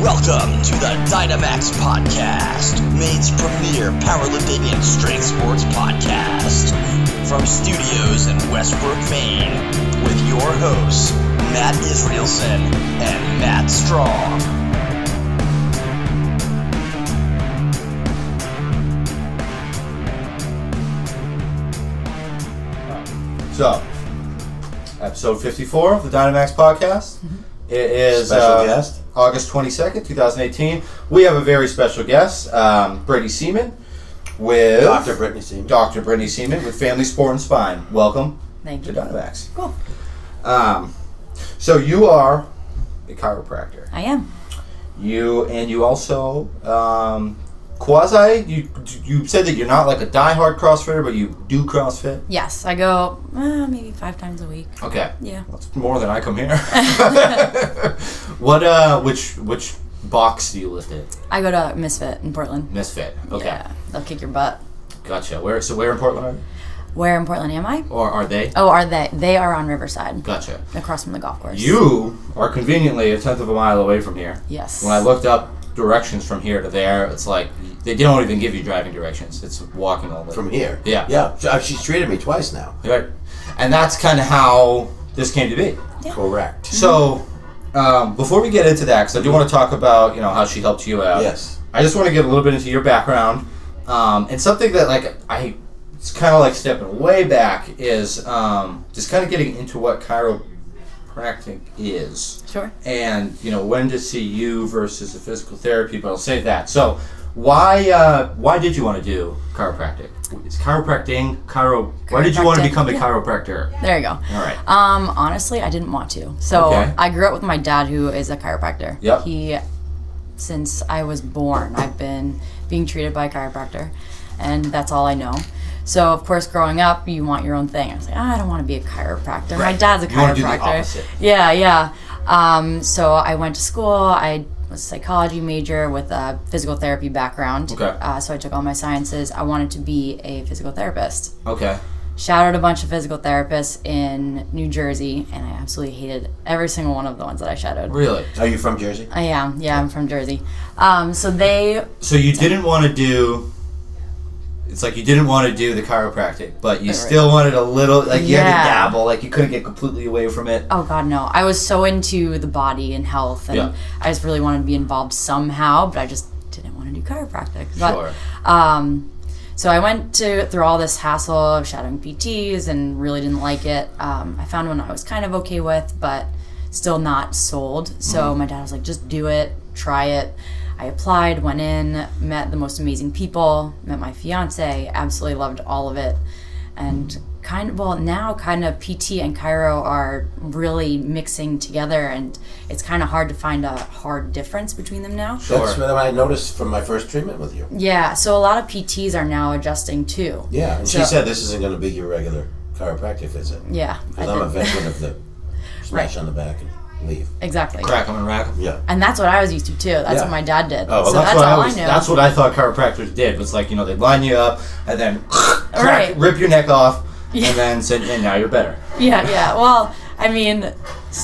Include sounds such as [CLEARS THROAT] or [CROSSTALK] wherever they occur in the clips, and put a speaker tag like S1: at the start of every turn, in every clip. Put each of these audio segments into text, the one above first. S1: Welcome to the Dynamax Podcast, Maine's premier powerlifting and strength sports podcast. From studios in Westbrook, Maine, with your hosts, Matt Israelson and Matt Strong.
S2: So, episode 54 of the Dynamax podcast.
S3: Mm-hmm.
S2: It is
S4: Special
S2: uh,
S4: guest.
S2: August 22nd, 2018. We have a very special guest, um, Brittany Seaman, with
S4: Dr. Brittany Seaman.
S2: Dr. Brittany Seaman with Family Sport and Spine. Welcome
S3: Thank
S2: to
S3: you.
S2: Dynamax.
S3: Cool.
S2: Um, so, you are a chiropractor.
S3: I am.
S2: You and you also um, quasi. You you said that you're not like a diehard CrossFitter, but you do CrossFit.
S3: Yes, I go uh, maybe five times a week.
S2: Okay.
S3: Yeah.
S2: That's more than I come here. [LAUGHS] what uh which which box do you lift in?
S3: I go to Misfit in Portland.
S2: Misfit. Okay.
S3: Yeah, they'll kick your butt.
S2: Gotcha. Where so where in Portland are you?
S3: Where in Portland am I?
S2: Or are they?
S3: Oh, are they? They are on Riverside,
S2: Gotcha.
S3: across from the golf course.
S2: You are conveniently a tenth of a mile away from here.
S3: Yes.
S2: When I looked up directions from here to there, it's like they don't even give you driving directions. It's walking all the way.
S4: From here.
S2: Yeah.
S4: Yeah. So, uh, she's treated me twice now.
S2: Right. And that's kinda how this came to be.
S4: Correct.
S2: So um, before we get into that, because I do want to talk about you know how she helped you out.
S4: Yes.
S2: I just want to get a little bit into your background, um, and something that like I, it's kind of like stepping way back is um, just kind of getting into what chiropractic is,
S3: Sure.
S2: and you know when to see you versus a physical therapy. But I'll save that. So why uh, why did you want to do chiropractic? It's chiropracting, chiro. Why did you want to
S3: Chiropractic,
S2: become a
S3: yeah.
S2: chiropractor?
S3: There you go.
S2: All right.
S3: Um, honestly, I didn't want to. So
S2: Okay.
S3: I grew up with my dad, who is a chiropractor.
S2: Yep.
S3: He, since I was born, I've been being treated by a chiropractor, and that's all I know. So of course, growing up, you want your own thing. I was like, "Ah, I don't want to be a chiropractor. My
S2: Right.
S3: dad's a
S2: You wanna do the
S3: chiropractor.
S2: opposite.
S3: Yeah, yeah. Um, so I went to school. I was a psychology major with a physical therapy background.
S2: Okay.
S3: Uh, so I took all my sciences. I wanted to be a physical therapist
S2: Okay.
S3: shadowed a bunch of physical therapists in New Jersey, and I absolutely hated every single one of the ones that I shadowed.
S2: Really?
S4: Are you from Jersey?
S3: I am, yeah, I'm from Jersey. Um, so they,
S2: So you didn't want to do. It's like you didn't want to do the chiropractic, but you
S3: Right.
S2: still wanted a little. Like you had
S3: Yeah.
S2: to dabble. Like you couldn't get completely away from it.
S3: oh god, no, I was so into the body and health, and
S2: Yeah.
S3: I just really wanted to be involved somehow, but I just didn't want to do chiropractic. But,
S2: Sure.
S3: Um, so I went to through all this hassle of shadowing PTs and really didn't like it. Um, I found one I was kind of okay with, but still not sold. So my dad was like, "Just do it, try it." I applied, went in, met the most amazing people, met my fiance, absolutely loved all of it, and kind of well now kind of PT and Cairo are really mixing together, and it's kind of hard to find a hard difference between them now.
S4: That's what I noticed from my first treatment with you.
S3: Yeah, so a lot of PTs are now adjusting too.
S4: Yeah. And she
S3: So-
S4: said this isn't going to be your regular chiropractic visit.
S3: Yeah, I
S4: Because I'm a
S3: did.
S4: veteran of the smash on the back and leave.
S3: exactly.
S2: Crack 'em and rack 'em.
S4: Yeah.
S3: And that's what I was used to too. That's
S4: Yeah.
S3: what my dad did.
S2: Oh, well,
S3: so that's,
S2: what
S3: all I,
S2: was,
S3: knew.
S2: That's what I thought chiropractors did. Was like you know they line you up and then [LAUGHS] crack,
S3: Right.
S2: rip your neck off,
S3: Yeah.
S2: and then said, and now you're better.
S3: yeah, yeah. Well, I mean,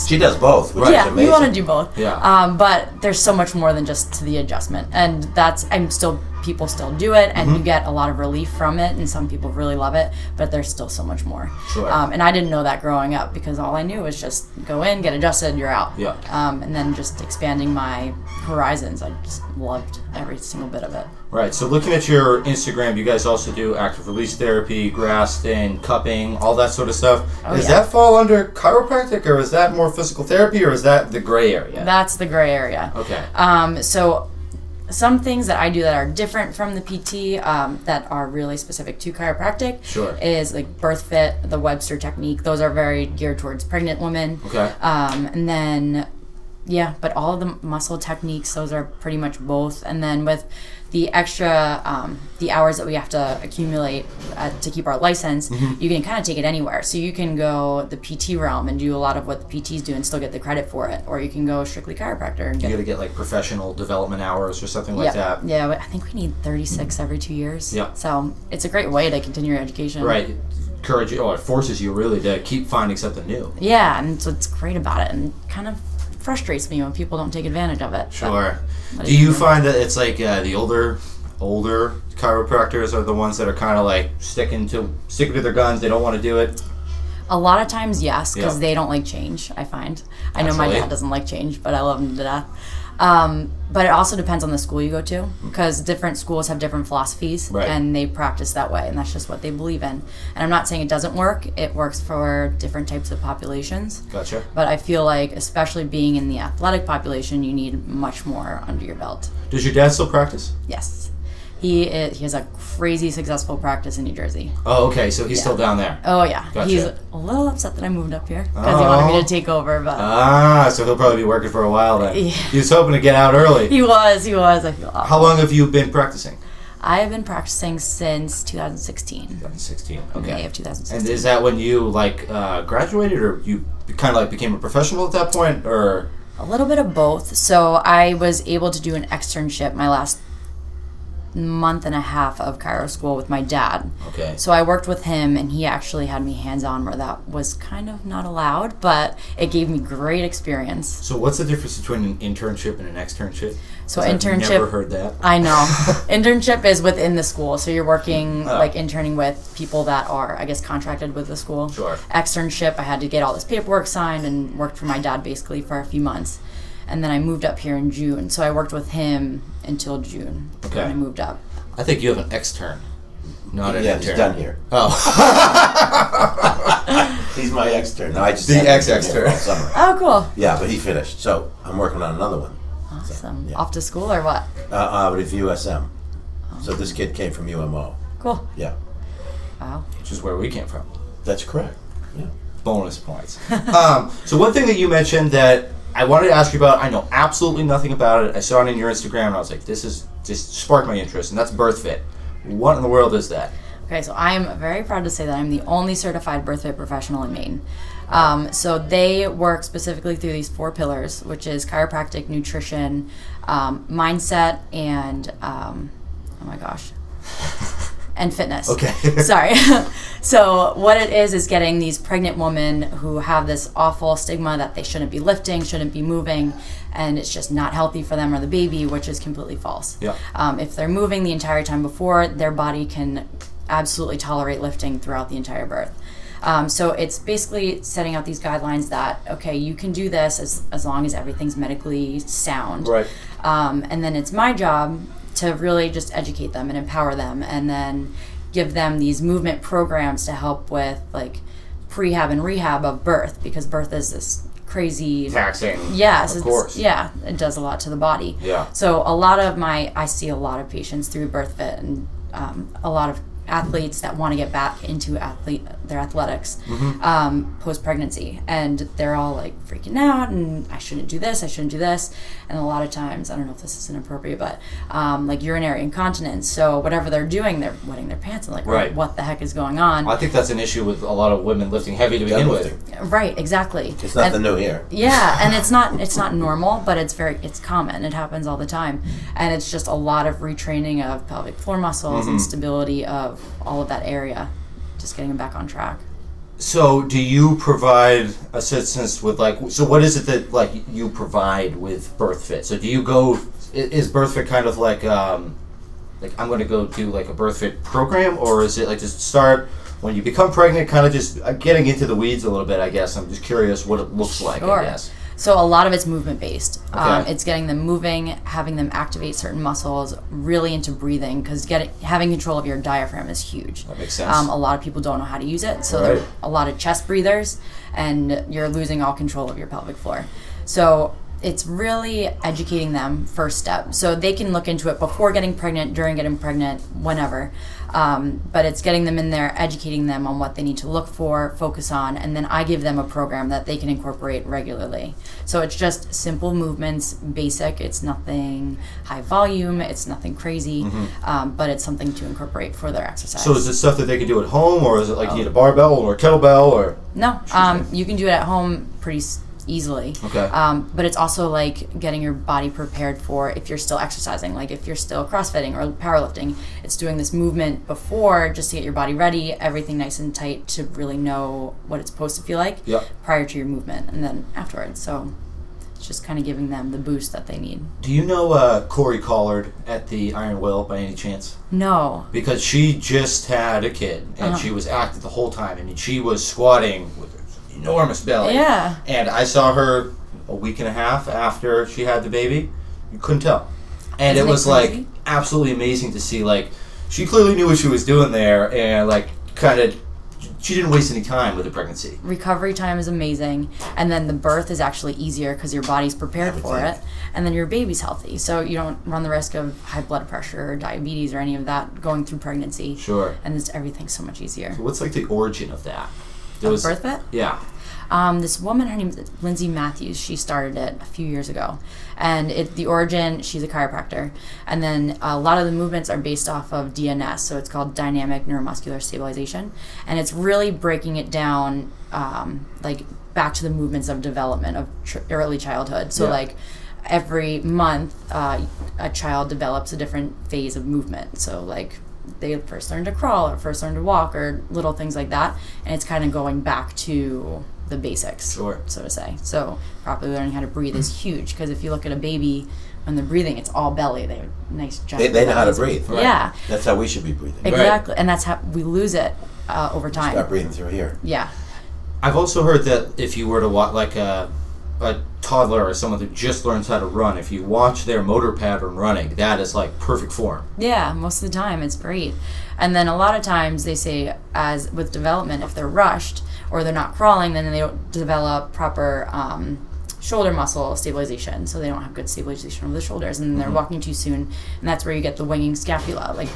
S4: She does both, which is
S3: yeah,
S4: amazing.
S3: we want to do both.
S2: Yeah.
S3: Um, but there's so much more than just to the adjustment, and that's I'm still people still do it, and
S2: Mm-hmm.
S3: you get a lot of relief from it, and some people really love it, but there's still so much more.
S2: Sure.
S3: Um, and I didn't know that growing up because all I knew was just go in, get adjusted, you're out.
S2: Yeah.
S3: Um, and then just expanding my horizons, I just loved every single bit of it.
S2: Right. So looking at your Instagram, you guys also do active release therapy, grass stain, cupping, all that sort of stuff. does
S3: Oh, yeah.
S2: that fall under chiropractic, or is that more physical therapy, or is that the gray area?
S3: That's the gray area.
S2: okay.
S3: Um, so some things that I do that are different from the PT um, that are really specific to chiropractic
S2: Sure.
S3: is like birth fit, the Webster technique. Those are very geared towards pregnant women.
S2: okay.
S3: Um, and then, yeah, but all of the muscle techniques, those are pretty much both. And then with the extra, um, the hours that we have to accumulate uh, to keep our license,
S2: Mm-hmm.
S3: you can kind of take it anywhere. So you can go the PT realm and do a lot of what the PTs do and still get the credit for it. Or you can go strictly chiropractor and
S2: You
S3: get
S2: got to get like professional development hours or something like
S3: yeah,
S2: that.
S3: yeah. but I think we need 36 every two years.
S2: Yeah.
S3: So it's a great way to continue your education.
S2: Right. oh, It encourage you, or it forces you really to keep finding something new.
S3: Yeah, and so it's great about it, and kind of frustrates me when people don't take advantage of it. but-
S2: Sure.
S3: But
S2: Do you find that it's like uh, the older, older chiropractors are the ones that are kind of like sticking to sticking to their guns? They don't want to do it.
S3: A lot of times, yes, because
S2: Yeah.
S3: they don't like change. I find. I know my
S2: Naturally.
S3: dad doesn't like change, but I love him to death. Um, but it also depends on the school you go to, because different schools have different philosophies,
S2: Mm-hmm. Right.
S3: and they practice that way, and that's just what they believe in. And I'm not saying it doesn't work; it works for different types of populations.
S2: Gotcha.
S3: But I feel like, especially being in the athletic population, you need much more under your belt.
S2: Does your dad still practice?
S3: Yes, he is, he has a crazy successful practice in New Jersey.
S2: Oh, okay. So he's still down there.
S3: Oh yeah,
S2: Gotcha.
S3: he's a little upset that I moved up here because he wanted me
S2: Oh.
S3: to take over, but.
S2: Ah, so he'll probably be working for a while then.
S3: Yeah.
S2: He was hoping to get out early.
S3: He was, he was. I feel awful.
S2: How long have you been practicing?
S3: I've been practicing since 2016,
S2: 2016.
S3: May
S2: Okay.
S3: of
S2: And
S3: 2016.
S2: is that when you like uh, graduated, or you kind of like became a professional at that point, or
S3: A little bit of both. So I was able to do an externship my last month and a half of Cairo school with my dad.
S2: okay?
S3: So I worked with him, and he actually had me hands on where that was kind of not allowed, but it gave me great experience.
S2: So what's the difference between an internship and an externship?
S3: So
S2: 'Cause I've
S3: internship-
S2: never heard that.
S3: I know. internship is within the school, so you're working
S2: Oh.
S3: like interning with people that are, I guess, contracted with the school.
S2: Sure.
S3: Externship, I had to get all this paperwork signed and worked for my dad basically for a few months. And then I moved up here in June, so I worked with him until June
S2: Okay.
S3: when I moved up.
S2: I think you have an extern, not an
S4: Yeah,
S2: intern.
S4: he's done here.
S2: Oh,
S4: [LAUGHS] He's my extern. No, I just
S2: The
S4: had him
S2: ex-extern.
S4: here all summer.
S3: Oh, cool.
S4: Yeah, but he finished. So I'm working on another one.
S3: Awesome.
S4: yeah.
S3: Off to school or what?
S4: Uh, uh, but if USM. So this kid came from UMO.
S3: Cool.
S4: Yeah,
S3: Wow.
S2: which is where we came from.
S4: that's correct. Yeah.
S2: Bonus
S3: [LAUGHS]
S2: points. um, so one thing that you mentioned that I wanted to ask you about, I know absolutely nothing about it. I saw it in your Instagram, and I was like, this is just sparked my interest, and that's BirthFit. What in the world is that?
S3: Okay, so I am very proud to say that I'm the only certified birth fit professional in Maine. Um, so they work specifically through these four pillars, which is chiropractic, nutrition, um, mindset, and um, oh
S2: [LAUGHS]
S3: my gosh, and fitness.
S2: Okay.
S3: [LAUGHS] Sorry. so what it is is getting these pregnant women who have this awful stigma that they shouldn't be lifting, shouldn't be moving, and it's just not healthy for them or the baby, which is completely false.
S2: Yeah.
S3: Um, if they're moving the entire time before, their body can absolutely tolerate lifting throughout the entire birth. Um, so it's basically setting out these guidelines that okay, you can do this as as long as everything's medically sound. Um, and then it's my job to really just educate them and empower them and then give them these movement programs to help with like prehab and rehab of birth because birth is this crazy
S2: Taxing.
S3: Yes,
S2: Of
S3: it's-
S2: course.
S3: yeah, it does a lot to the body.
S2: Yeah.
S3: So a lot of my, I see a lot of patients through BirthFit and um, a lot of athletes that want to get back into athlete their athletics
S2: Mm-hmm.
S3: um, post pregnancy, and they're all like freaking out, and I shouldn't do this, I shouldn't do this, and a lot of times, I don't know if this is inappropriate, but um, like urinary incontinence. So whatever they're doing, they're wetting their pants and like,
S2: Right.
S3: what the heck is going on?
S2: I think that's an issue with a lot of women lifting heavy to begin with.
S4: Deadlifting.
S3: right, exactly.
S4: It's nothing
S3: And-
S4: new here.
S3: yeah, and it's not it's not normal, but it's very it's common. It happens all the time, and it's just a lot of retraining of pelvic floor muscles
S2: Mm-hmm.
S3: and stability of all of that area, just getting them back on track.
S2: So, do you provide assistance with like? So, what is it that like you provide with BirthFit? So, do you go? i- Is BirthFit kind of like um, like I'm going to go do like a BirthFit program, or is it like just start when you become pregnant? Kind of just uh, getting into the weeds a little bit, I guess. I'm just curious what it looks like.
S3: Sure.
S2: I guess.
S3: So a lot of it's movement based. Um,
S2: Okay.
S3: it's getting them moving, having them activate certain muscles, really into breathing because getting having control of your diaphragm is huge. That
S2: makes sense.
S3: Um, a lot of people don't know how to use it, so
S2: Right.
S3: they're a lot of chest breathers, and you're losing all control of your pelvic floor. So it's really educating them first step, so they can look into it before getting pregnant, during getting pregnant, whenever. Um, but it's getting them in there, educating them on what they need to look for, focus on, and then I give them a program that they can incorporate regularly. So it's just simple movements, basic. It's nothing high volume. It's nothing crazy, um, but it's something to incorporate for their exercise.
S2: So, is it stuff that they can do at home, or is it like you need a barbell or a kettlebell, or
S3: No, um, you can do it at home pretty s- easily.
S2: Okay.
S3: Um, but it's also like getting your body prepared for if you're still exercising, like if you're still crossfitting or powerlifting, it's doing this movement before just to get your body ready, everything nice and tight to really know what it's supposed to feel like
S2: Yep.
S3: prior to your movement and then afterwards. So it's It's just kind of giving them the boost that they need.
S2: Do you know uh, Corey Collard at the Iron Will by any chance?
S3: No.
S2: Because she just had a kid and
S3: Uh-huh.
S2: she was active the whole time. I mean, she was squatting with an enormous belly.
S3: Yeah.
S2: And I saw her a week and a half after she had the baby. You couldn't tell. And
S3: Isn't
S2: it
S3: it
S2: was like
S3: crazy?
S2: absolutely amazing to see. Like, she clearly knew what she was doing there and, like, kind of, she didn't waste any time with the pregnancy.
S3: recovery time is amazing and then the birth is actually easier because your body's prepared for
S4: think.
S3: it and then your baby's healthy so you don't run the risk of high blood pressure or diabetes or any of that going through pregnancy
S2: Sure.
S3: and it's everything's so much easier
S2: What's, like, the origin of that? There
S3: Of birth fit
S2: Yeah.
S3: um, this woman her name's lindsay matthews she started it a few years ago and it, the origin she's a chiropractor and then a lot of the movements are based off of dns so it's called dynamic neuromuscular stabilization and it's really breaking it down um, like back to the movements of development of tr- early childhood so
S2: Yeah.
S3: like every month uh, a child develops a different phase of movement so like they first learn to crawl or first learn to walk or little things like that and it's kind of going back to the basics
S2: Sure.
S3: so to say so properly learning how to breathe is huge because if you look at a baby when they're breathing it's all belly they have nice giant
S4: They, they know how to
S3: bellies.
S4: breathe.
S3: yeah
S4: That's how we should be breathing.
S3: exactly and that's how we lose it uh, over time
S4: Start breathing through here.
S3: yeah
S2: I've also heard that if you were to watch like a a toddler or someone who just learns how to run, if you watch their motor pattern running, that is like perfect form.
S3: Yeah, most of the time it's great. And then a lot of times they say, as with development, if they're rushed or they're not crawling, then they don't develop proper um, shoulder muscle stabilization. So they don't have good stabilization of the shoulders, and they're walking too soon. And that's where you get the winging scapula. Like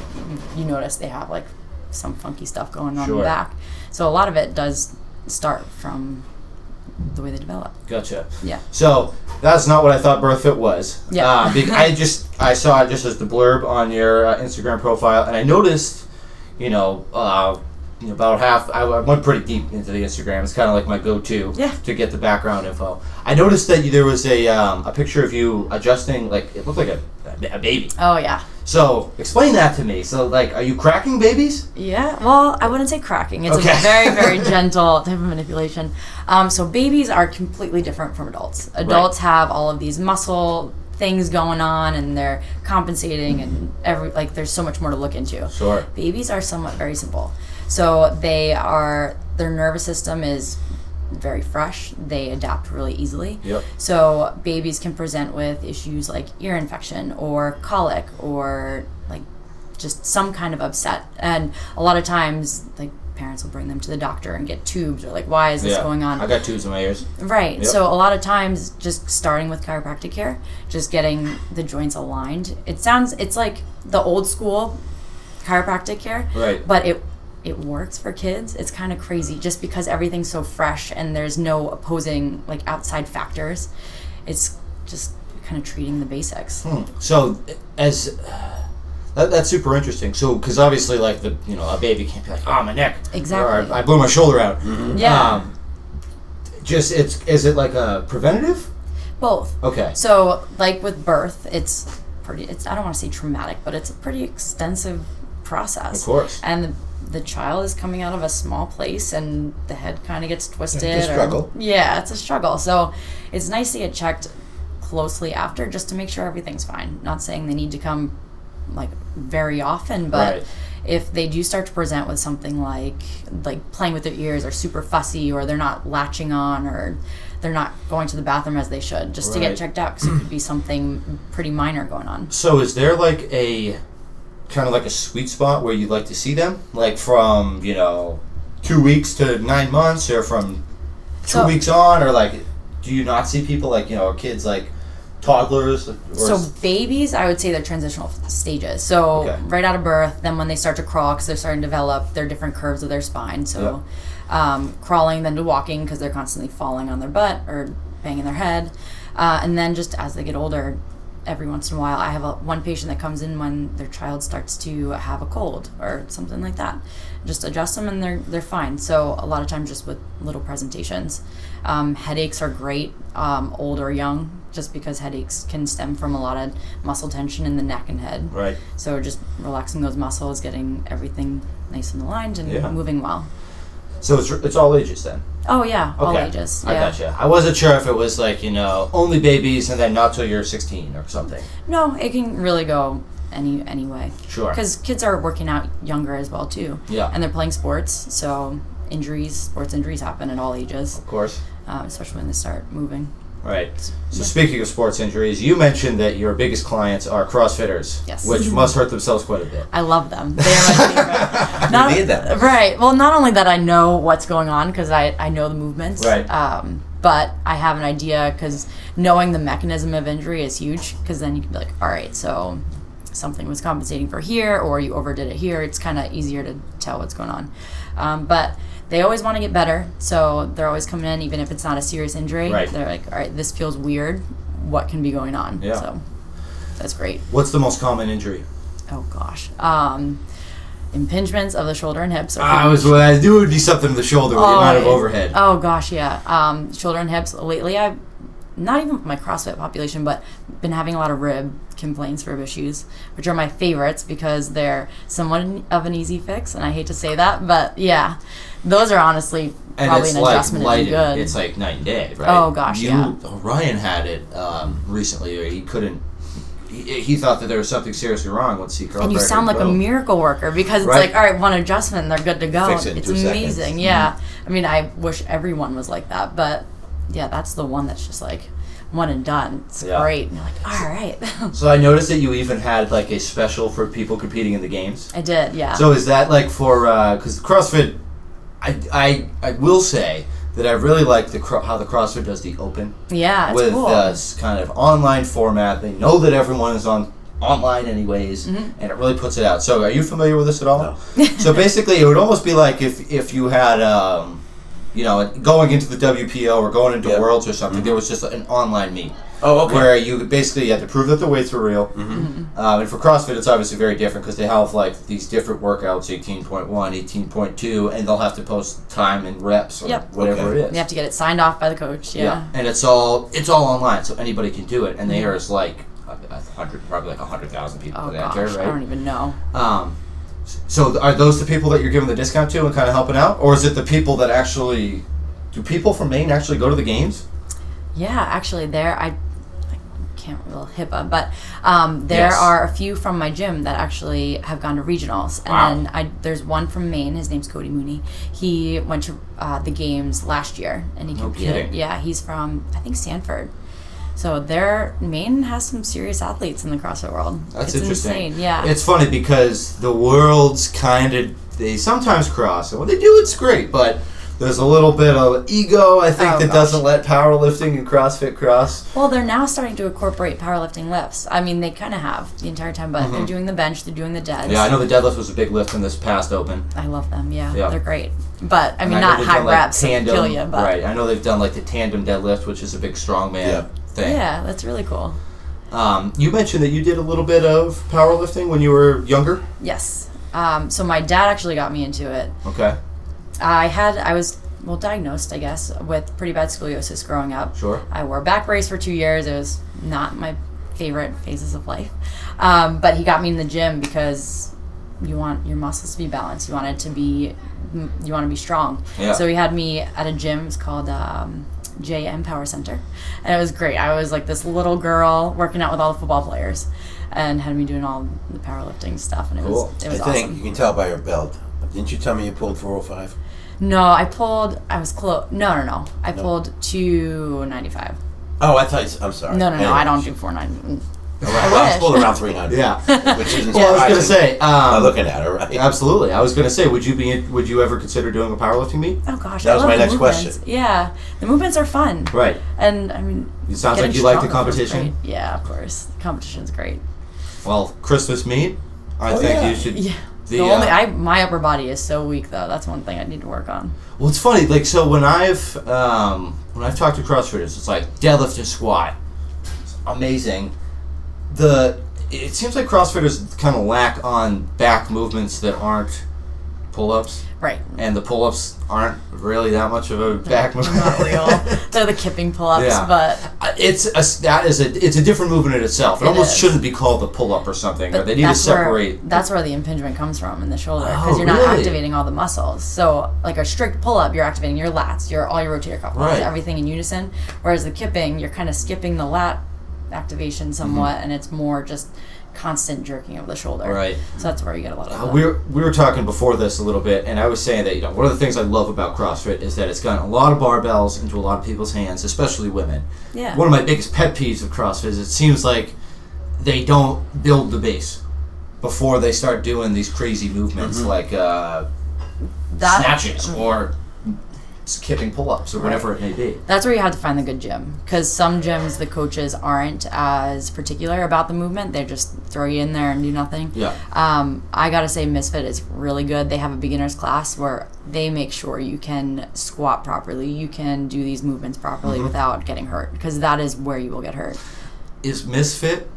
S3: you notice they have like some funky stuff going on in
S2: Sure.
S3: the back. So a lot of it does start from the way they develop.
S2: Gotcha.
S3: Yeah.
S2: So that's not what I thought birth fit was.
S3: Yeah.
S2: Uh, be- I just I saw it just as the blurb on your uh, Instagram profile, and I noticed, you know, uh, you know, about half. I, I went pretty deep into the Instagram. It's kind of like my go-to
S3: Yeah.
S2: to get the background info. I noticed that you, there was a um, a picture of you adjusting, like it looked like a, a baby.
S3: Oh yeah.
S2: So explain that to me. So like, are you cracking babies?
S3: Yeah, well, I wouldn't say cracking. It's
S2: Okay.
S3: a very,
S2: [LAUGHS]
S3: very gentle type of manipulation. Um, so babies are completely different from adults. Adults have all of these muscle things going on, and they're compensating, and every like there's so much more to look into.
S2: Sure.
S3: Babies are somewhat very simple. So they are their nervous system is very fresh. They adapt really easily.
S2: Yep.
S3: So babies can present with issues like ear infection or colic or like just some kind of upset. And a lot of times like parents will bring them to the doctor and get tubes or like why is this going on?
S2: I got tubes in my ears.
S3: Right.
S2: Yep.
S3: So a lot of times, just starting with chiropractic care, just getting the joints aligned. It sounds it's like the old school chiropractic care,
S2: Right.
S3: But it it works for kids. It's kind of crazy just because everything's so fresh and there's no opposing like outside factors. It's just kind of treating the basics.
S2: Hmm. So as that, that's super interesting. So because obviously, like the you know a baby can't be like, oh my neck,
S3: Exactly.
S2: or I blew my shoulder out.
S3: Yeah.
S2: Um, just it's is it like a preventative?
S3: Both.
S2: Okay.
S3: So, like with birth, it's pretty. It's I don't want to say traumatic, but it's a pretty extensive process.
S2: Of course.
S3: And the, the child is coming out of a small place, and the head kind of gets twisted.
S4: It's a
S3: or-
S4: struggle.
S3: yeah, it's a struggle. So, it's nice to get checked closely after, just to make sure everything's fine. Not saying they need to come like very often, but.
S2: Right.
S3: If they do start to present with something like like playing with their ears or super fussy or they're not latching on or they're not going to the bathroom as they should, just to
S2: Right.
S3: get checked out because it could be something pretty minor going on.
S2: So is there like a kind of like a sweet spot where you'd like to see them, like from you know two weeks to nine months, or from two
S3: So-
S2: weeks on, or like do you not see people like you know kids like toddlers? Or
S3: So babies, I would say they're transitional f- stages. So
S2: Okay.
S3: right out of birth, then when they start to crawl, because they're starting to develop their different curves of their spine. So um, crawling, then to walking, because they're constantly falling on their butt or banging their head, uh, and then just as they get older. Every once in a while, I have a, one patient that comes in when their child starts to have a cold or something like that. Just adjust them and they're they're fine. So a lot of times, just with little presentations, um, headaches are great, um, old or young, just because headaches can stem from a lot of muscle tension in the neck and head.
S2: right.
S3: So just relaxing those muscles, getting everything nice and aligned and
S2: Yeah.
S3: moving well.
S2: So it's, it's all ages then.
S3: Oh yeah, all
S2: Okay.
S3: ages.
S2: I
S3: yeah.
S2: gotcha. I wasn't sure if it was like you know only babies and then not till you're 16 or something.
S3: No, it can really go any any way.
S2: Sure.
S3: Because kids are working out younger as well too.
S2: Yeah.
S3: And they're playing sports, so injuries, sports injuries happen at all ages,
S2: Of course.
S3: um, especially when they start moving.
S2: Right. So speaking of sports injuries, you mentioned that your biggest clients are CrossFitters,
S3: Yes.
S2: which must hurt themselves quite a bit.
S3: I love them. They
S2: [LAUGHS]
S3: are my favorite. Not-
S4: need them.
S3: Right. Well, not only that I know what's going on because I, I know the movements.
S2: Right.
S3: Um, but I have an idea because knowing the mechanism of injury is huge because then you can be like, all right, so something was compensating for here or you overdid it here. It's kind of easier to tell what's going on. Um, but they always want to get better. So they're always coming in, even if it's not a serious injury.
S2: Right.
S3: They're like, all right, this feels weird. What can be going on?
S2: Yeah.
S3: So that's great.
S2: What's the most common injury?
S3: Oh gosh. Um, impingements of the shoulder and hips. Are
S2: I was well, I do would be something to the shoulder with the amount of
S3: always-
S2: overhead.
S3: Oh gosh, yeah. Um, shoulder and hips. Lately, I've not even my CrossFit population, but been having a lot of rib complaints, rib issues, which are my favorites because they're somewhat of an easy fix. And I hate to say that, but yeah, those are honestly
S2: and
S3: probably
S2: it's
S3: an
S2: like
S3: adjustment.
S2: lighted.
S3: is good.
S2: It's like night and day, right?
S3: Oh, gosh,
S2: you,
S3: yeah.
S2: Ryan had it um, recently. Or he couldn't. He, he thought that there was something seriously wrong once he curled.
S3: and you
S2: right
S3: sound like a
S2: above.
S3: miracle worker because it's
S2: Right.
S3: like all right one adjustment and they're good to go
S4: Fix it in
S3: it's
S4: two seconds.
S3: amazing yeah i mean i wish everyone was like that but yeah that's the one that's just like one and done it's
S2: Yeah.
S3: great and you're like all right [LAUGHS]
S2: So I noticed that you even had like a special for people competing in the games.
S3: i did yeah
S2: So is that like for because CrossFit? I, I I will say that I really like the cro- how the CrossFit does the open
S3: yeah it's
S2: with uh,
S3: cool
S2: this kind of online format. They know that everyone is on online anyways,
S3: Mm-hmm.
S2: and it really puts it out. So are you familiar with this at all?
S3: [LAUGHS]
S2: so basically, it would almost be like if if you had. Um, you know, going into the WPO or going into
S4: Yep.
S2: Worlds or something, there was just an online meet
S4: Mm-hmm. Oh, okay. Mm-hmm.
S2: where you basically have to prove that the weights were real.
S3: Mm-hmm.
S2: Um, and for CrossFit, it's obviously very different because they have like these different workouts 18.1, 18.2, and they'll have to post time and reps or
S3: Yep.
S2: whatever
S4: Okay.
S2: it is.
S3: you have to get it signed off by the coach yeah,
S2: and it's all it's all online, so anybody can do it. And there is like a a hundred, probably like a hundred thousand people
S3: oh
S2: that
S3: gosh
S2: enter,
S3: i don't
S2: right?
S3: even know
S2: Um, so th- are those the people that you're giving the discount to and kind of helping out, or is it the people that actually do people from Maine actually go to the games?
S3: Yeah, actually, there I, I can't well HIPAA, but um, there
S2: Yes.
S3: are a few from my gym that actually have gone to regionals, and
S2: Wow.
S3: then I, there's one from Maine. His name's Cody Mooney. He went to uh, the games last year, and he competed.
S2: kidding.
S3: yeah, he's from I think Sanford. So there, Maine has some serious athletes in the CrossFit world.
S2: That's
S3: it's
S2: interesting.
S3: Insane. Yeah,
S2: It's funny because the worlds kind of they sometimes cross, and when they do, it's great. But there's a little bit of ego, I think,
S3: Oh,
S2: that
S3: gosh.
S2: doesn't let powerlifting and CrossFit cross.
S3: Well, they're now starting to incorporate powerlifting lifts. I mean, they kind of have the entire time, but they're doing the bench, they're doing the deads.
S2: Mm-hmm. Yeah, I know the deadlift was a big lift in this past open.
S3: I love them. Yeah,
S2: Yeah.
S3: they're great. But I mean,
S2: And know
S3: not
S2: they've
S3: high
S2: done, like,
S3: reps that kill you. But
S2: right? I know they've done like the tandem deadlift, which is a big strongman
S4: Yeah.
S2: thing.
S3: yeah, that's really cool.
S2: Um, you mentioned that you did a little bit of powerlifting when you were younger.
S3: Yes. Um, so my dad actually got me into it.
S2: Okay,
S3: I had I was well diagnosed, I guess, with pretty bad scoliosis growing up.
S2: Sure.
S3: I wore a back brace for two years. It was not my favorite phases of life. Um, but he got me in the gym because you want your muscles to be balanced. You want it to be you want to be strong.
S2: Yeah.
S3: So he had me at a gym. It was called. Um, JM Power Center, and it was great. I was like this little girl working out with all the football players, and had me doing all the powerlifting stuff, and it
S2: Cool.
S3: was it
S4: I
S3: was
S4: think
S3: awesome.
S4: you can tell by your belt. Didn't you tell me you pulled 405?
S3: No, I pulled. I was close. No, no, no. I pulled two ninety five.
S4: Oh, I thought you. s- I'm sorry.
S3: No, no, no.
S4: Anyway,
S3: I don't do four ninety.
S4: Around,
S3: I
S4: I pulled around 300.
S3: [LAUGHS]
S2: Yeah.
S4: Which isn't
S2: well, I was gonna
S4: surprising
S2: say,
S4: by
S2: um,
S4: looking at her, right?
S2: absolutely. I was gonna say, would you be, would you ever consider doing a powerlifting meet?
S3: Oh gosh,
S4: That
S3: I
S4: was
S3: love
S4: my
S3: the
S4: next
S3: movements.
S4: question.
S3: Yeah, the movements are fun.
S2: Right.
S3: And I mean,
S2: It sounds
S3: getting
S2: like you like the
S3: stronger feels
S2: competition.
S3: great. Yeah, of course. Competition's great. [LAUGHS]
S2: Well, Christmas meet. I
S4: Oh,
S2: think
S4: yeah.
S2: you should.
S3: Yeah.
S2: The,
S3: The, only
S2: uh,
S3: I my upper body is so weak though. That's one thing I need to work on.
S2: Well, it's funny. Like, so when I've um, when I've talked to CrossFitters, it's like deadlift and squat, It's amazing. The it seems like CrossFitters kind of lack on back movements that aren't pull-ups, [LAUGHS]
S3: Right. [LAUGHS]
S2: and the pull-ups aren't really that much of a back move.
S3: Not real. They're the kipping pull ups,
S2: Yeah.
S3: but
S2: [LAUGHS] It's a that is a it's a different movement in itself. It,
S3: It
S2: almost
S3: is.
S2: shouldn't be called the pull-up or something. or they need to
S3: that's
S2: separate.
S3: Where, that's where the impingement comes from in the shoulder
S2: Oh,
S3: because you're not
S2: really?
S3: activating all the muscles. So, like a strict pull up, you're activating your lats, your all your rotator cuff muscles,
S2: Right.
S3: everything in unison. Whereas the kipping, you're kind of skipping the lat
S2: Mm-hmm.
S3: activation somewhat, and it's more just constant jerking of the shoulder.
S2: Right.
S3: So that's where you get a lot of.
S2: Uh,
S3: the-
S2: we were, we were talking before this a little bit, and I was saying that you know one of the things I love about CrossFit is that it's gotten a lot of barbells into a lot of people's hands, especially women.
S3: Yeah.
S2: One of my biggest pet peeves of CrossFit is it seems like they don't build the base before they start doing these crazy movements like uh,
S3: That- Mm.
S2: snatches or skipping pull-ups or whatever it may be.
S3: That's where you have to find the good gym because some gyms the coaches aren't as particular about the movement. They just throw you in there and do nothing.
S2: Yeah.
S3: Um, I gotta say, Misfit is really good. They have a beginner's class where they make sure you can squat properly, you can do these movements properly
S2: Mm-hmm.
S3: without getting hurt because that is where you will get hurt.
S2: Is Misfit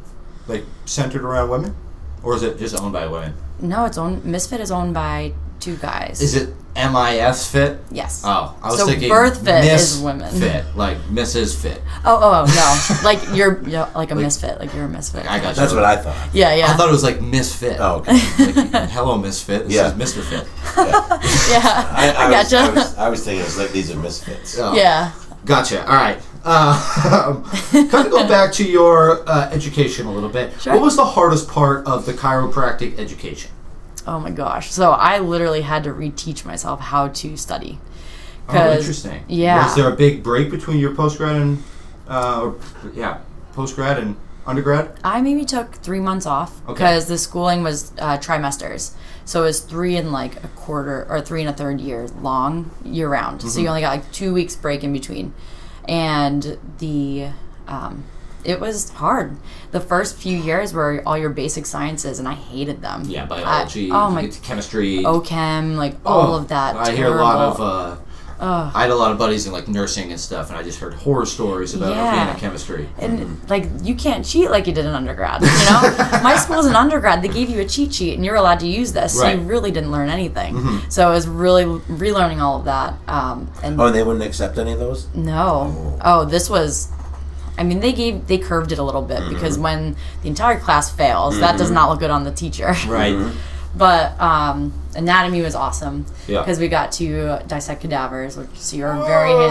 S2: like centered around women, or is it just owned by women?
S3: No, it's owned. Misfit is owned by two guys.
S2: Is it MIS Fit?
S3: Yes.
S2: Oh, I was
S3: So
S2: thinking
S3: birth fit
S2: Miss
S3: is women.
S2: [LAUGHS] Fit, like Mrs. Fit.
S3: Oh, oh, oh, no! like you're, you're like a misfit. Like you're a misfit.
S2: I got
S4: That's
S2: you.
S4: what I thought.
S3: yeah, yeah.
S2: I thought it was like Misfit.
S4: Oh, okay.
S2: [LAUGHS] Like, hello, Misfit. This
S4: Yeah.
S2: is Mr. Fit.
S3: [LAUGHS] yeah,
S4: I, I, was, I,
S3: gotcha.
S4: was, I was thinking it was like these are misfits.
S2: Oh,
S3: yeah.
S2: Gotcha. All right. Uh, [LAUGHS] kind of go back to your uh, education a little bit.
S3: Sure.
S2: What was the hardest part of the chiropractic education?
S3: Oh my gosh. So I literally had to reteach myself how to study.
S2: Oh,
S3: 'Cause-
S2: interesting.
S3: yeah.
S2: Was there a big break between your postgrad and, uh, or, yeah, postgrad and undergrad?
S3: I maybe took three months off
S2: Okay.
S3: because the schooling was uh, trimesters. So it was three and like a quarter or three and a third year long year round.
S2: Mm-hmm.
S3: So you only got like two weeks break in between. And the, um, it was hard. The first few years were all your basic sciences and I hated them. I-
S2: biology,
S3: oh my,
S2: chemistry,
S3: OChem, like all
S2: Oh,
S3: of that.
S2: I hear a lot of.
S3: terrible-
S2: Uh, I had a lot of buddies in like nursing and stuff, and I just heard horror stories about
S3: Yeah.
S2: organic chemistry.
S3: And like you can't cheat like you did in undergrad, you
S2: [LAUGHS]
S3: know. My school was an undergrad; they gave you a cheat sheet, and you're allowed to use this. So you
S2: Right. Mm-hmm.
S3: really didn't learn anything. So I was really relearning all of that. Um, and
S4: Oh, and they wouldn't accept any of those?
S3: no, oh, this was. I mean, they gave they curved it a little bit because
S2: Mm-hmm.
S3: when the entire class fails, that does not look good on the teacher.
S2: Right.
S3: [LAUGHS] But um, anatomy was awesome
S2: Yeah.
S3: because we got to dissect cadavers, which so you're very
S2: Whoa.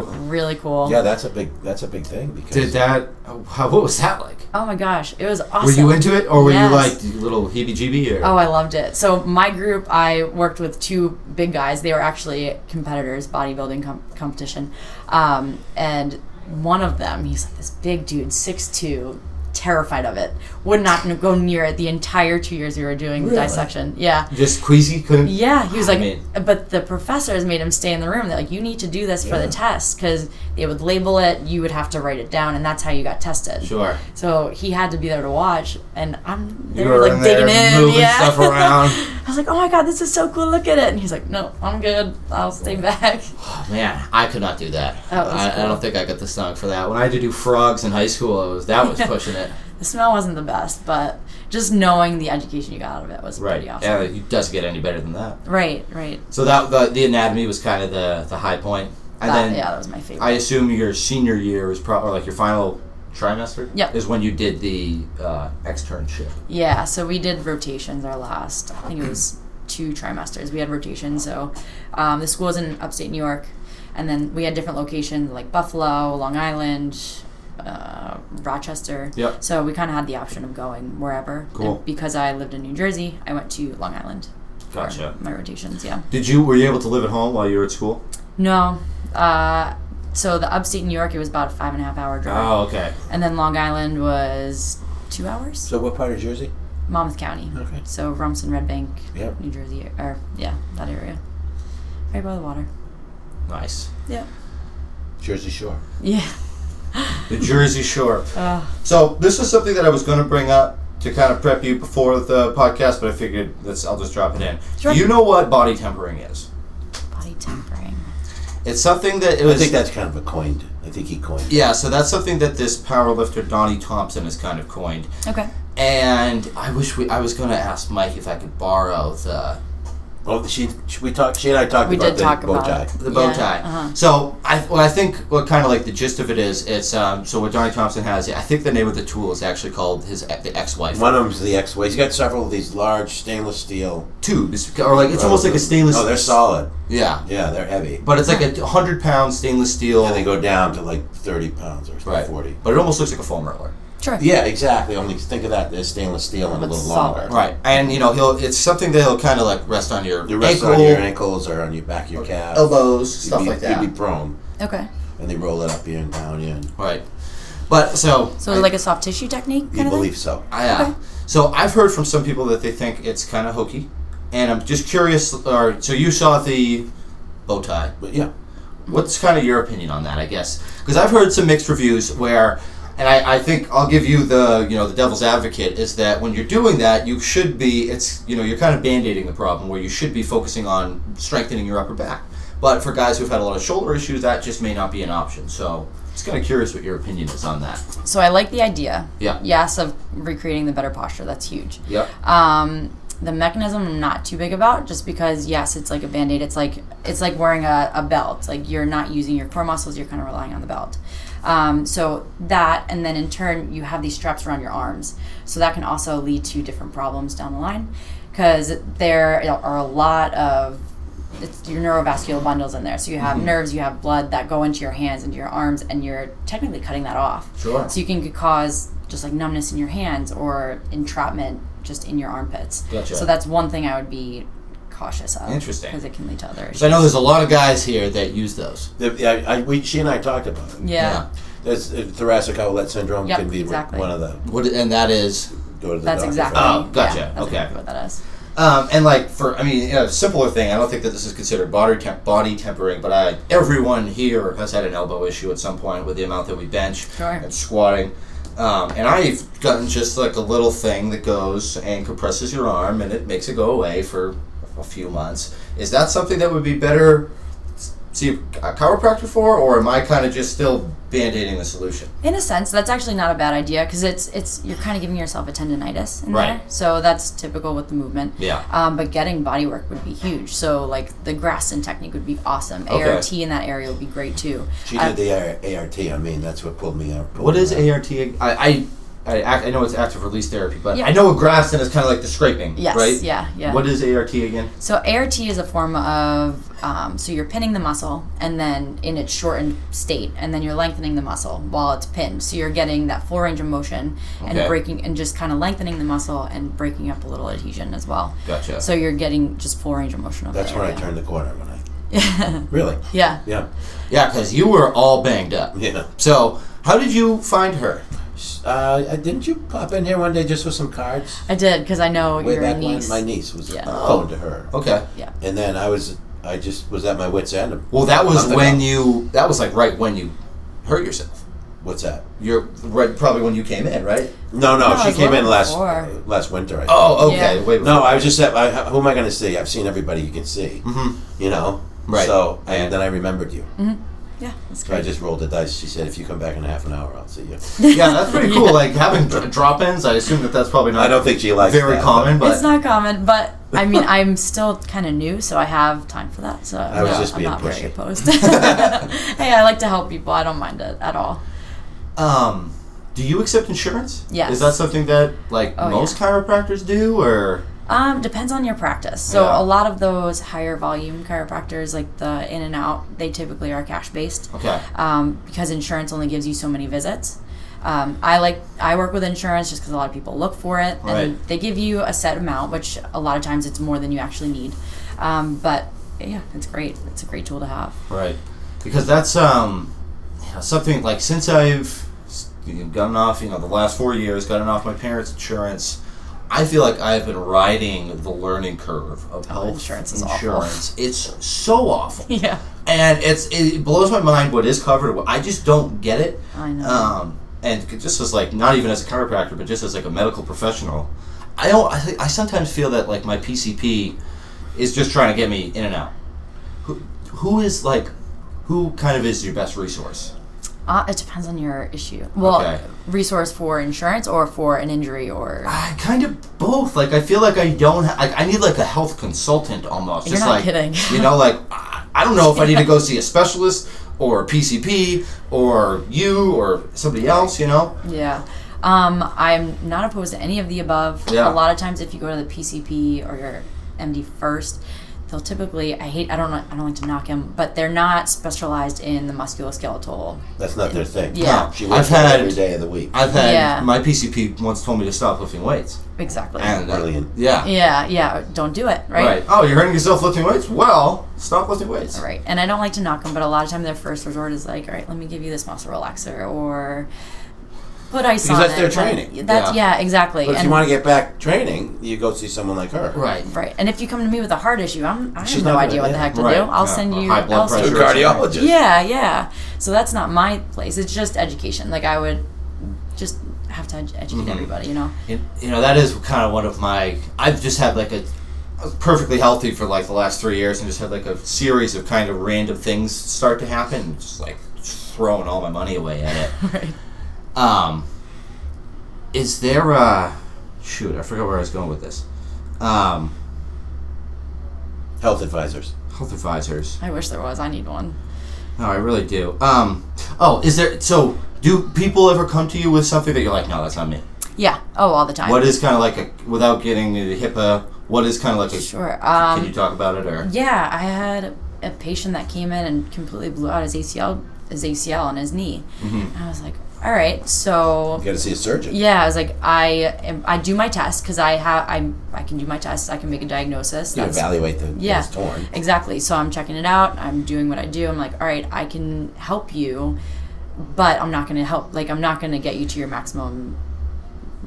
S3: hands-on, really cool.
S4: Yeah, that's a big that's a big thing because
S2: Did that? How, what was that like?
S3: Oh my gosh, it was awesome.
S2: Were you into it, or were
S3: Yes.
S2: you like little heebie-jeebie? Or?
S3: Oh, I loved it. So my group, I worked with two big guys. They were actually competitors, bodybuilding com- competition, um, and one of them, he's like this big dude, six two, terrified of it, would not n- go near it the entire two years we were doing the dissection. Yeah.
S2: just queasy, couldn't.
S3: Yeah, he was like,
S2: mean-
S3: but the professors made him stay in the room. They're like, you need to do this for the test because they would label it, you would have to write it down, and that's how you got tested.
S2: Sure.
S3: So he had to be there to watch, and I'm they
S2: You
S3: were
S2: were
S3: like
S2: in
S3: digging
S2: there,
S3: in,
S2: moving
S3: yeah.
S2: stuff around.
S3: [LAUGHS] I was like, "Oh my god, this is so cool! Look at it!" And he's like, "No, I'm good. I'll stay back." [LAUGHS]
S2: Oh, Man, I could not do that.
S3: That was
S2: I, I
S3: cool.
S2: don't think I got the stomach for that. When I had to do frogs in high school, I was that
S3: [LAUGHS]
S2: was pushing it.
S3: The smell wasn't the best, but just knowing the education you got out of it was
S2: Right.
S3: pretty awesome.
S2: Yeah, it doesn't get any better than that.
S3: Right, right.
S2: So that the, the anatomy was kind of the the high point, and
S3: That,
S2: then
S3: yeah, that was my favorite.
S2: I assume your senior year was probably like your final trimester.
S3: Yep.
S2: Is when you did the uh, externship.
S3: Yeah, so we did rotations our last, I think it was two trimesters. We had rotations. So um, the school was in upstate New York, and then we had different locations like Buffalo, Long Island, uh, Rochester.
S2: Yep.
S3: So we kind of had the option of going wherever.
S2: Cool.
S3: And because I lived in New Jersey, I went to Long Island. for My rotations, yeah.
S2: Did you were you able to live at home while you were at school?
S3: No. Uh, so the upstate New York, it was about a five and a half hour drive.
S2: Oh, okay.
S3: And then Long Island was two hours?
S4: So what part of Jersey?
S3: Monmouth County.
S4: Okay.
S3: So Rumson, Red Bank,
S4: Yeah.
S3: New Jersey, or yeah, that area, right by the water.
S2: Nice.
S3: Yeah.
S4: Jersey Shore.
S3: Yeah. [LAUGHS]
S2: The Jersey Shore.
S3: Uh,
S2: So this is something that I was going to bring up to kind of prep you before the podcast, but I figured let's I'll just drop it in.
S3: Sure.
S2: Do you know what body tempering is?
S3: body tempering.
S2: It's something that it was.
S4: I think that's kind of a coined. I think he coined. it.
S2: yeah, so that's something that this power lifter Donnie Thompson has kind of coined.
S3: Okay.
S2: And I wish we I was gonna ask Mike if I could borrow the
S4: Oh, she, she we talked. She and I talked
S3: We
S4: about
S3: did
S4: the
S3: talk
S4: bow
S3: about
S4: tie.
S3: it.
S2: the bow
S3: Yeah,
S2: tie.
S3: uh-huh.
S2: So I, well, I think what kind of like the gist of it is, it's um, so what Johnny Thompson has. I think the name of the tool is actually called his e, the ex-wife
S4: One of them's the X-way. He's got several of these large stainless steel.
S2: tubes, or like it's almost like a stainless.
S4: Oh, they're solid.
S2: Yeah,
S4: Yeah, they're heavy.
S2: but it's like a hundred pound stainless steel.
S4: And they go down to like thirty pounds or
S2: right,
S4: forty.
S2: but it almost looks like a foam roller.
S3: Sure.
S4: Yeah, exactly. Only think of that. There's stainless steel and a
S3: But
S4: little
S3: solid.
S4: longer.
S2: Right, and you know he'll. It's something that he'll kind of like rest on your
S4: You rest
S2: ankle,
S4: on your ankles or on your back of your calf.
S2: elbows,
S4: You'd
S2: stuff
S4: be-
S2: like that.
S4: You'd be prone,
S3: Okay.
S4: and they roll it up you and down you. And
S2: right, but so
S3: So
S2: I-
S3: like a soft tissue technique
S4: you
S3: kind of
S4: believe
S3: thing.
S4: so.
S2: I, uh, So I've heard from some people that they think it's kind of hokey, and I'm just curious. Or so you saw the bow tie.
S4: But yeah,
S2: What's kind of your opinion on that? I guess because I've heard some mixed reviews where, and I, I think I'll give you the you know the devil's advocate is that when you're doing that you should be it's you know you're kind of band-aiding the problem where you should be focusing on strengthening your upper back. But for guys who've had a lot of shoulder issues, that just may not be an option. So just kind of curious what your opinion is on that.
S3: So I like the idea.
S2: Yeah.
S3: Yes, of recreating the better posture. That's huge.
S2: Yep.
S3: Um, the mechanism I'm not too big about, just because yes, it's like a band aid. It's like it's like wearing a, a belt. Like you're not using your core muscles. You're kind of relying on the belt. Um, so that, and then in turn, you have these straps around your arms. So that can also lead to different problems down the line, because there are a lot of it's your neurovascular bundles in there. So you have
S2: Mm-hmm.
S3: nerves, you have blood that go into your hands, into your arms, and you're technically cutting that off.
S2: Sure.
S3: So you can c- cause just like numbness in your hands or entrapment just in your armpits.
S2: Gotcha.
S3: So that's one thing I would be cautious of.
S2: Interesting.
S3: Because it can lead to other issues.
S2: So I know there's a lot of guys here that use those.
S4: The- I, I, we, she and I talked about it.
S3: yeah.
S4: There's, uh, thoracic outlet syndrome
S3: Yep,
S4: can be re-
S3: exactly.
S4: one of the
S2: What and that is
S4: go to the
S3: That's
S4: doctor
S3: exactly.
S4: for.
S2: Oh, gotcha.
S3: yeah, that's
S2: Okay.
S3: exactly what that is.
S2: Um, and like for, I mean, a simpler thing. I don't think that this is considered body temp- body tempering, but I everyone here has had an elbow issue at some point with the amount that we bench
S3: Sure.
S2: and squatting. Um, and I've gotten just like a little thing that goes and compresses your arm and it makes it go away for a few months. Is that something that would be better s- see a chiropractor for, or am I kind of just still band aiding the solution?
S3: In a sense, that's actually not a bad idea because it's it's you're kind of giving yourself a tendonitis in
S2: Right.
S3: there. So that's typical with the movement.
S2: Yeah.
S3: Um, but getting body work would be huge. So like the Graston technique would be awesome.
S2: Okay.
S3: ART in that area would be great too. Uh,
S4: She
S3: I-
S4: did the AR, ART. I mean, that's what pulled me out. pulled
S2: What
S4: me
S2: is
S4: out.
S2: ART? I, I, I, act- I know it's active release therapy, but
S3: Yeah.
S2: I know a Graston is kind of like the scraping,
S3: Yes.
S2: right?
S3: Yeah. Yeah.
S2: What is ART again?
S3: So ART is a form of um, so you're pinning the muscle and then in its shortened state, and then you're lengthening the muscle while it's pinned. So you're getting that full range of motion and
S2: Okay.
S3: breaking and just kind of lengthening the muscle and breaking up a little adhesion as well.
S2: Gotcha.
S3: So you're getting just full range of motion. Of
S4: That's
S3: the
S4: when I
S3: area.
S4: turned the corner when I.
S3: [LAUGHS]
S4: really?
S3: Yeah.
S4: Yeah.
S2: Yeah, because you were all banged up.
S4: Yeah.
S2: So, how did you find her?
S4: S- Uh, uh, didn't you pop in here one day just with some cards?
S3: I did because I know
S4: Way
S3: your
S4: back
S3: niece.
S4: when my niece was
S3: Yeah.
S4: phoned to her,
S2: Okay.
S3: yeah.
S4: and then I was, I just was at my wits' end.
S2: Well, that was
S4: Nothing
S2: when
S4: else.
S2: you. That was like right when you hurt yourself.
S4: What's that?
S2: You're right, probably when you came in, right?
S4: No, no,
S3: No, it
S4: she
S3: was
S4: came in
S3: long
S4: last
S3: before.
S4: uh, last winter. I think.
S2: Oh, okay.
S3: Yeah.
S2: Wait.
S4: No, I was just at. I, who am I going to see? I've seen everybody you can see. Mm-hmm. You know.
S2: Right.
S4: So I,
S2: And-
S4: then I remembered you.
S3: Yeah. That's
S4: So I
S3: great.
S4: just rolled the dice. She said, "If you come back in half an hour, I'll see you."
S3: [LAUGHS]
S2: Yeah, that's pretty cool. Like having dr- drop-ins. I assume that that's probably not.
S4: I don't think she likes
S2: very
S4: that,
S2: common, but
S3: it's not common, but I
S4: [LAUGHS]
S3: mean, I'm still kind of new, so I have time for that. So I
S4: was just
S3: I'm
S4: being
S3: not
S4: pushy.
S3: very opposed. [LAUGHS] hey, I like to help people. I don't mind it at all.
S2: Um, do you accept insurance?
S3: Yes.
S2: Is that something that like
S3: Oh,
S2: most chiropractors do, or
S3: Um, depends on your practice. So
S2: Yeah.
S3: a lot of those higher volume chiropractors, like the in and out, they typically are cash based.
S2: okay?
S3: um, because insurance only gives you so many visits. Um, I like I work with insurance just because a lot of people look for it, and
S2: Right.
S3: they give you a set amount, which a lot of times it's more than you actually need. Um, but yeah, it's great. It's a great tool to have.
S2: Right. Because that's um you know, something like since I've s- gotten off, you know, the last four years, gotten off my parents' insurance. I feel like I've been riding the learning curve of health
S3: Oh, insurance is awful.
S2: insurance. It's so awful.
S3: Yeah,
S2: and it's it blows my mind what is covered. what- I just don't get it.
S3: I know.
S2: Um, and c- just as like not even as a chiropractor, but just as like a medical professional, I don't. I, thi- I sometimes feel that like my PCP is just trying to get me in and out. Who, who is like, who kind of is your best resource?
S3: Uh, it depends on your issue. Well,
S2: Okay.
S3: resource for insurance or for an injury or.
S2: I kind of both. Like I feel like I don't. Ha- like I need like a health consultant almost.
S3: You're
S2: Just
S3: not
S2: like,
S3: kidding.
S2: [LAUGHS] You know, like I I don't know if I need to
S3: [LAUGHS]
S2: go see a specialist or a PCP or you or somebody else. You know.
S3: Yeah. Um, I'm not opposed to any of the above.
S2: Yeah.
S3: A lot of times, if you go to the PCP or your MD first, they'll typically I hate I don't know- I don't like to knock them, but they're not specialized in the musculoskeletal.
S4: That's not their thing.
S3: Yeah. No.
S4: She
S2: I've
S4: works
S2: had-
S4: every day of the week.
S2: I've had
S3: Yeah.
S2: my PCP once told me to stop lifting weights,
S3: Exactly.
S2: and uh,
S4: Brilliant.
S2: yeah,
S3: yeah, yeah. Don't do it. Right.
S2: right. Oh, you're hurting yourself lifting weights. Well, stop lifting weights.
S3: Right. And I don't like to knock them, but a lot of time their first resort is like, all right, let me give you this muscle relaxer or put ice
S4: Because
S3: on
S4: that's
S3: it.
S4: their
S3: But
S4: training.
S3: That's yeah, exactly.
S4: But if
S3: and,
S4: you want to get back training, you go see someone like her.
S2: Right.
S3: right. And if you come to me with a heart issue, I'm I
S4: She's
S3: have no
S4: not
S3: idea what
S4: gonna-
S3: the heck to
S2: Right.
S3: do. I'll
S2: Yeah,
S3: send
S2: or
S3: you
S2: high blood
S3: I'll
S4: To
S3: send
S4: a
S2: pressure.
S3: you-
S4: cardiologist.
S3: Yeah, yeah. So that's not my place. It's just education. Like I would just have to ed- educate
S2: Mm-hmm.
S3: everybody, you know.
S2: And, you know that is kind of one of my i've just had like a I was perfectly healthy for like the last three years and just had like a series of kind of random things start to happen and just like throwing all my money away at it
S3: [LAUGHS] Right.
S2: um is there uh shoot i forgot where i was going with this um
S4: Health advisors.
S2: health advisors
S3: I wish there was. I need one.
S2: no i really do um oh is there so do people ever come to you with something that you're like no that's not me
S3: Yeah. Oh, all the time.
S2: what is kind of like a without getting into hipaa what is kind of like a
S3: Sure.
S2: can you
S3: Um,
S2: talk about it or
S3: yeah, I had a patient that came in and completely blew out his ACL, his ACL and his knee.
S2: Mm-hmm.
S3: And I was like, all right, so
S4: You got to see a surgeon.
S3: yeah, I was like, I am, I do my test because I have I I can do my tests. I can make a diagnosis.
S4: You
S3: That's-
S4: evaluate the
S3: Yeah.
S4: what's torn.
S3: Exactly. So I'm checking it out. I'm doing what I do. I'm like, all right, I can help you, but I'm not going to help. Like, I'm not going to get you to your maximum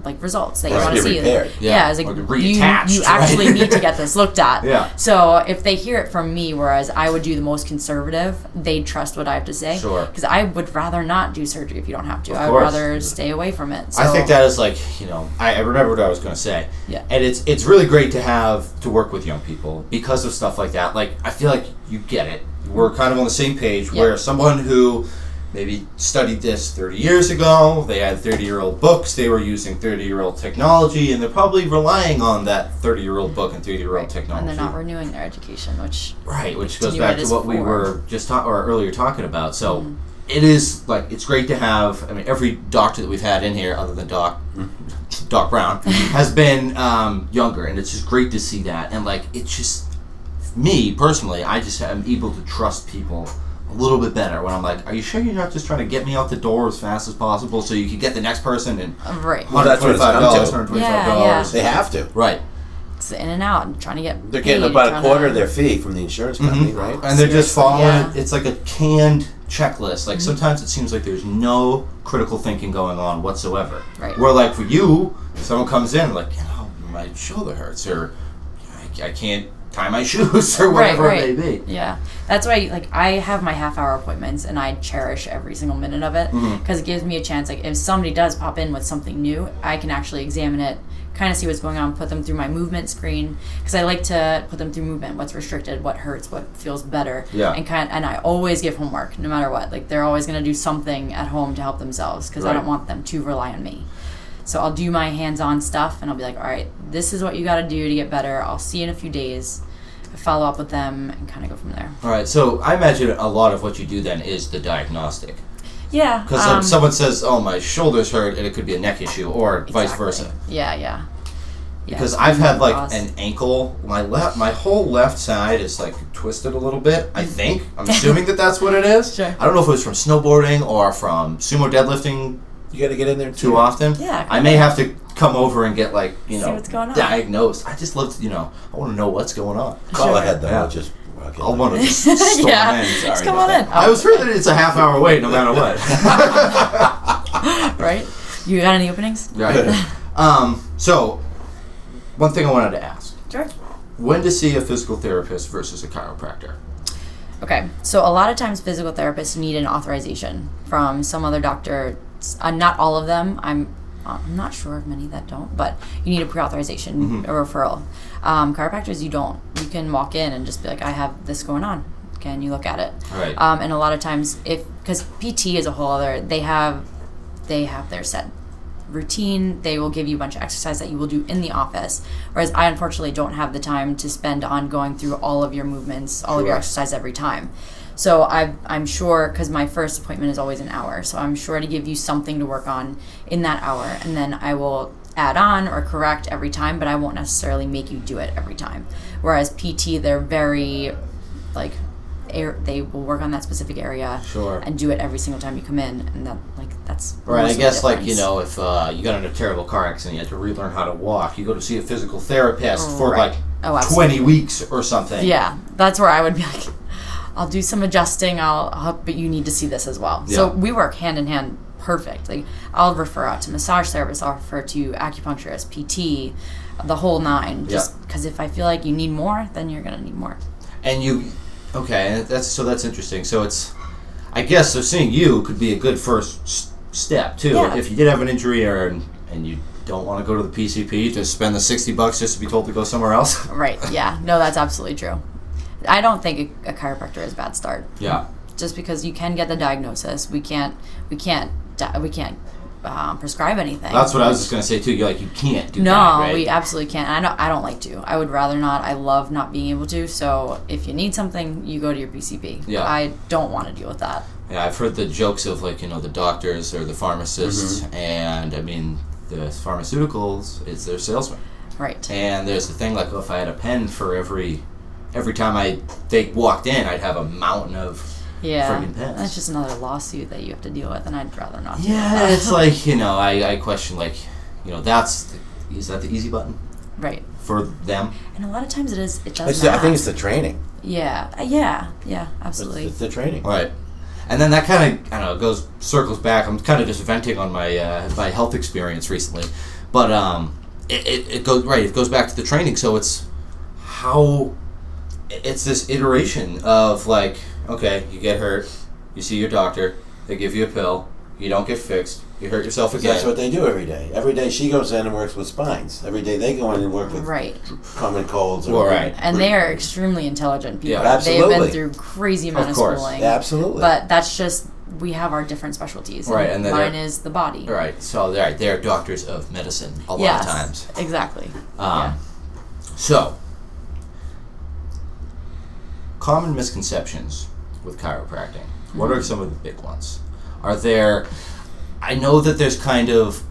S3: like results that you
S4: Right.
S3: want to
S4: Get
S3: see.
S4: repaired.
S2: Yeah.
S3: Yeah. it's like
S2: Or
S3: you, you
S2: reattached, right?
S3: actually need to get this looked at.
S2: Yeah.
S3: So if they hear it from me, whereas I would do the most conservative, they trust what I have to say.
S2: Sure.
S3: Because I would rather not do surgery if you don't have to. I would
S2: course.
S3: rather stay away from it. So
S2: I think that is like you know I, I remember what I was going to say.
S3: Yeah.
S2: And it's it's really great to have to work with young people because of stuff like that. Like I feel like you get it. We're kind of on the same page.
S3: Mm-hmm. Yeah.
S2: Where someone who maybe studied this 30 years ago, they had 30 year old books, they were using 30 year old technology, and they're probably relying on that 30 year old book and 30 year old
S3: And
S2: technology.
S3: they're not renewing their education, which
S2: Right, which
S3: To
S2: goes
S3: do
S2: back
S3: it
S2: to
S3: is
S2: what we
S3: for.
S2: were just ta- or earlier talking about. So
S3: Mm-hmm.
S2: it is like it's great to have. I mean, every doctor that we've had in here, other than Doc [LAUGHS] Doc Brown,
S3: Mm-hmm.
S2: has been um, younger, and it's just great to see that. And like it's just me personally, I just am able to trust people a little bit better when I'm like, "Are you sure you're not just trying to get me out the door as fast as possible so you can get the next person?" And
S3: right.
S4: Well, that's what it's come to.
S2: $125, $125.
S3: Yeah,
S4: They have to.
S2: Right.
S3: It's in and out and trying to get.
S4: They're getting
S3: paid,
S4: about a
S3: trying
S4: quarter of
S3: to-
S4: their fee from the insurance company, right?
S2: Mm-hmm. and they're just
S3: Seriously,
S2: following
S3: yeah. Mm-hmm.
S2: it. It's like a canned checklist. Like sometimes it seems like there's no critical thinking going on whatsoever.
S3: Right.
S2: Where like for you, someone comes in like, you know, my shoulder hurts or I, I can't tie my [LAUGHS] shoes or
S3: Right,
S2: whatever it
S3: right.
S2: may be.
S3: Yeah, that's why. Like, I have my half-hour appointments, and I cherish every single minute of it because
S2: Mm-hmm.
S3: it gives me a chance. Like, if somebody does pop in with something new, I can actually examine it, kind of see what's going on, put them through my movement screen because I like to put them through movement, what's restricted, what hurts, what feels better.
S2: Yeah.
S3: and kind and I always give homework no matter what. Like, they're always gonna do something at home to help themselves because I
S2: Right.
S3: don't want them to rely on me. So I'll do my hands-on stuff, and I'll be like, "All right, this is what you got to do to get better. I'll see you in a few days." Follow up with them and kind of go from there.
S2: All right. So I imagine a lot of what you do then is the diagnostic
S3: Yeah,
S2: because
S3: um,
S2: like someone says, "Oh, my shoulders hurt," and it could be a neck issue or vice
S3: exactly.
S2: versa.
S3: Yeah, yeah. Yeah.
S2: Because I've had like
S3: Awesome. [LAUGHS]
S2: an ankle, my left, my whole left side is like twisted a little bit. I think I'm assuming that that's what it is.
S3: [LAUGHS] Sure.
S2: I don't know if it was from snowboarding or from sumo deadlifting
S4: You got to get in there
S2: too
S4: too.
S2: often.
S3: Mm. Yeah,
S2: I may have to come over and get like you
S3: See
S2: know
S3: what's going on.
S2: diagnosed. I just love to, you know I want to know what's going on.
S4: Call
S3: Sure.
S4: ahead though.
S2: Yeah.
S4: I'll just. Okay,
S2: I want to
S3: [LAUGHS]
S2: just storm
S3: Yeah,
S2: in.
S3: just
S2: Sorry
S3: come
S2: about
S3: on
S2: that.
S3: in. Oh,
S2: I was sure that it's a half hour wait no matter
S3: [LAUGHS]
S2: what.
S3: right. You got any openings?
S2: right. Um. So, one thing I wanted to ask:
S3: Sure.
S2: when to see a physical therapist versus a chiropractor?
S3: Okay. So a lot of times physical therapists need an authorization from some other doctor. It's- Uh, not all of them. I'm I'm not sure of many that don't, but you need a pre-authorization, a referral. Um, chiropractors, you don't. You can walk in and just be like, I have this going on. Can you look at it?
S2: Right.
S3: Um, and a lot of times, if because PT is a whole other. They have they have their set routine. They will give you a bunch of exercise that you will do in the office. Whereas I unfortunately don't have the time to spend on going through all of your movements, all of your
S2: Sure.
S3: exercise every time. So I, I'm sure because my first appointment is always an hour. So I'm sure to give you something to work on in that hour, and then I will add on or correct every time. But I won't necessarily make you do it every time. Whereas PT, they're very like air, they will work on that specific area
S2: Sure.
S3: and do it every single time you come in and that like that's
S2: Right, I
S3: most of the
S2: guess like you
S3: difference.
S2: know, if uh, you got in a terrible car accident, you had to relearn how to walk. You go to see a physical therapist for
S3: Right.
S2: like
S3: Oh, absolutely.
S2: twenty weeks or something.
S3: yeah that's where i would be like i'll do some adjusting i'll, I'll but you need to see this as well so
S2: Yeah.
S3: we work hand in hand perfect like i'll refer out to massage therapist i'll refer to acupuncturist pt the whole nine just because if i feel like you need more then you're gonna need more
S2: and you, okay, and that's so that's interesting. So it's, I guess, so seeing you could be a good first s- step too.
S3: Yeah.
S2: If you did have an injury or and, and you don't want to go to the PCP to spend the sixty bucks just to be told to go somewhere
S3: [LAUGHS]
S2: else.
S3: right yeah no that's absolutely true i don't think a, a chiropractor is a bad start
S2: Yeah.
S3: just because you can get the diagnosis we can't we can't di- we can't um, prescribe anything
S2: That's what I was just gonna say too. You're like you can't do
S3: no
S2: that, right?
S3: we absolutely can't i don't i don't like to i would rather not i love not being able to so if you need something you go to your pcp
S2: Yeah.
S3: i don't want to deal with that
S2: Yeah, I've heard the jokes of like you know the doctors or the pharmacists, and I mean the pharmaceuticals is their salesman.
S3: right
S2: And there's the thing like if I had a pen for every every time I they walked in, I'd have a mountain of.
S3: yeah
S2: friggin' pets.
S3: that's just another lawsuit that you have to deal with and i'd rather not deal with
S2: Yeah,
S3: that.
S2: [LAUGHS] it's like you know I, I question like you know that's the, is that the easy button
S3: [LAUGHS] right
S2: for them?
S3: and a lot of times it is it does
S4: It's the, I
S3: not.
S4: think it's the training.
S3: yeah Uh, yeah yeah
S4: It's,
S3: absolutely
S4: it's the training.
S2: Right. And then that kind of I don't know goes circles back. I'm kind of just venting on my uh, my health experience recently, but um, it, it, it goes right. It goes back to the training. So it's how it's this iteration of like okay, you get hurt, you see your doctor, they give you a pill, you don't get fixed, you hurt yourself again.
S4: That's what they do every day. Every day she goes in and works with spines. Every day they go in and work with
S3: right
S4: common colds.
S2: Well, right.
S3: and they are extremely intelligent people.
S2: Yeah,
S3: They've
S4: absolutely.
S3: been through crazy amount
S2: Of
S3: of,
S2: course.
S3: schooling.
S4: Absolutely.
S3: But that's just we have our different specialties.
S2: Right, and then
S3: mine
S2: they're-
S3: is the body.
S2: All right, so all right, they're doctors of medicine a lot
S3: Yes,
S2: of times.
S3: exactly.
S2: Um, So, common misconceptions with chiropractic. What are some of the big ones? Are there? I know that there's kind of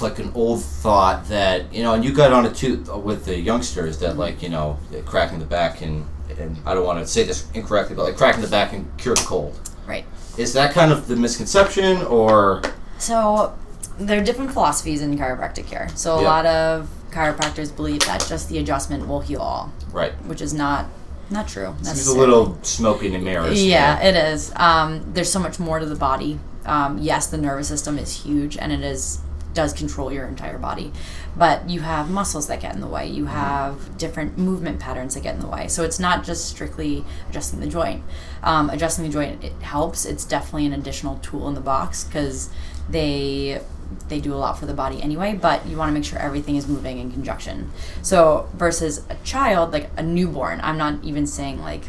S2: like an old thought that you know, and you got on it too uh, with the youngsters that like you know cracking the back and and I don't want to say this incorrectly, but like cracking the back and cure the cold.
S3: Right.
S2: Is that kind of the misconception or
S3: So there are different philosophies in chiropractic care. So a
S2: Yeah.
S3: lot of chiropractors believe that just the adjustment will heal all,
S2: right?
S3: which is not not true.
S2: Seems a
S3: necessarily.
S2: little smoky and mirrors.
S3: Yeah, it is. Um, there's so much more to the body. Um, yes, the nervous system is huge, and it is does control your entire body, but you have muscles that get in the way. You have different movement patterns that get in the way. So it's not just strictly adjusting the joint. Um, adjusting the joint it helps. It's definitely an additional tool in the box because they they do a lot for the body anyway, but you want to make sure everything is moving in conjunction. So versus a child, like a newborn, I'm not even saying like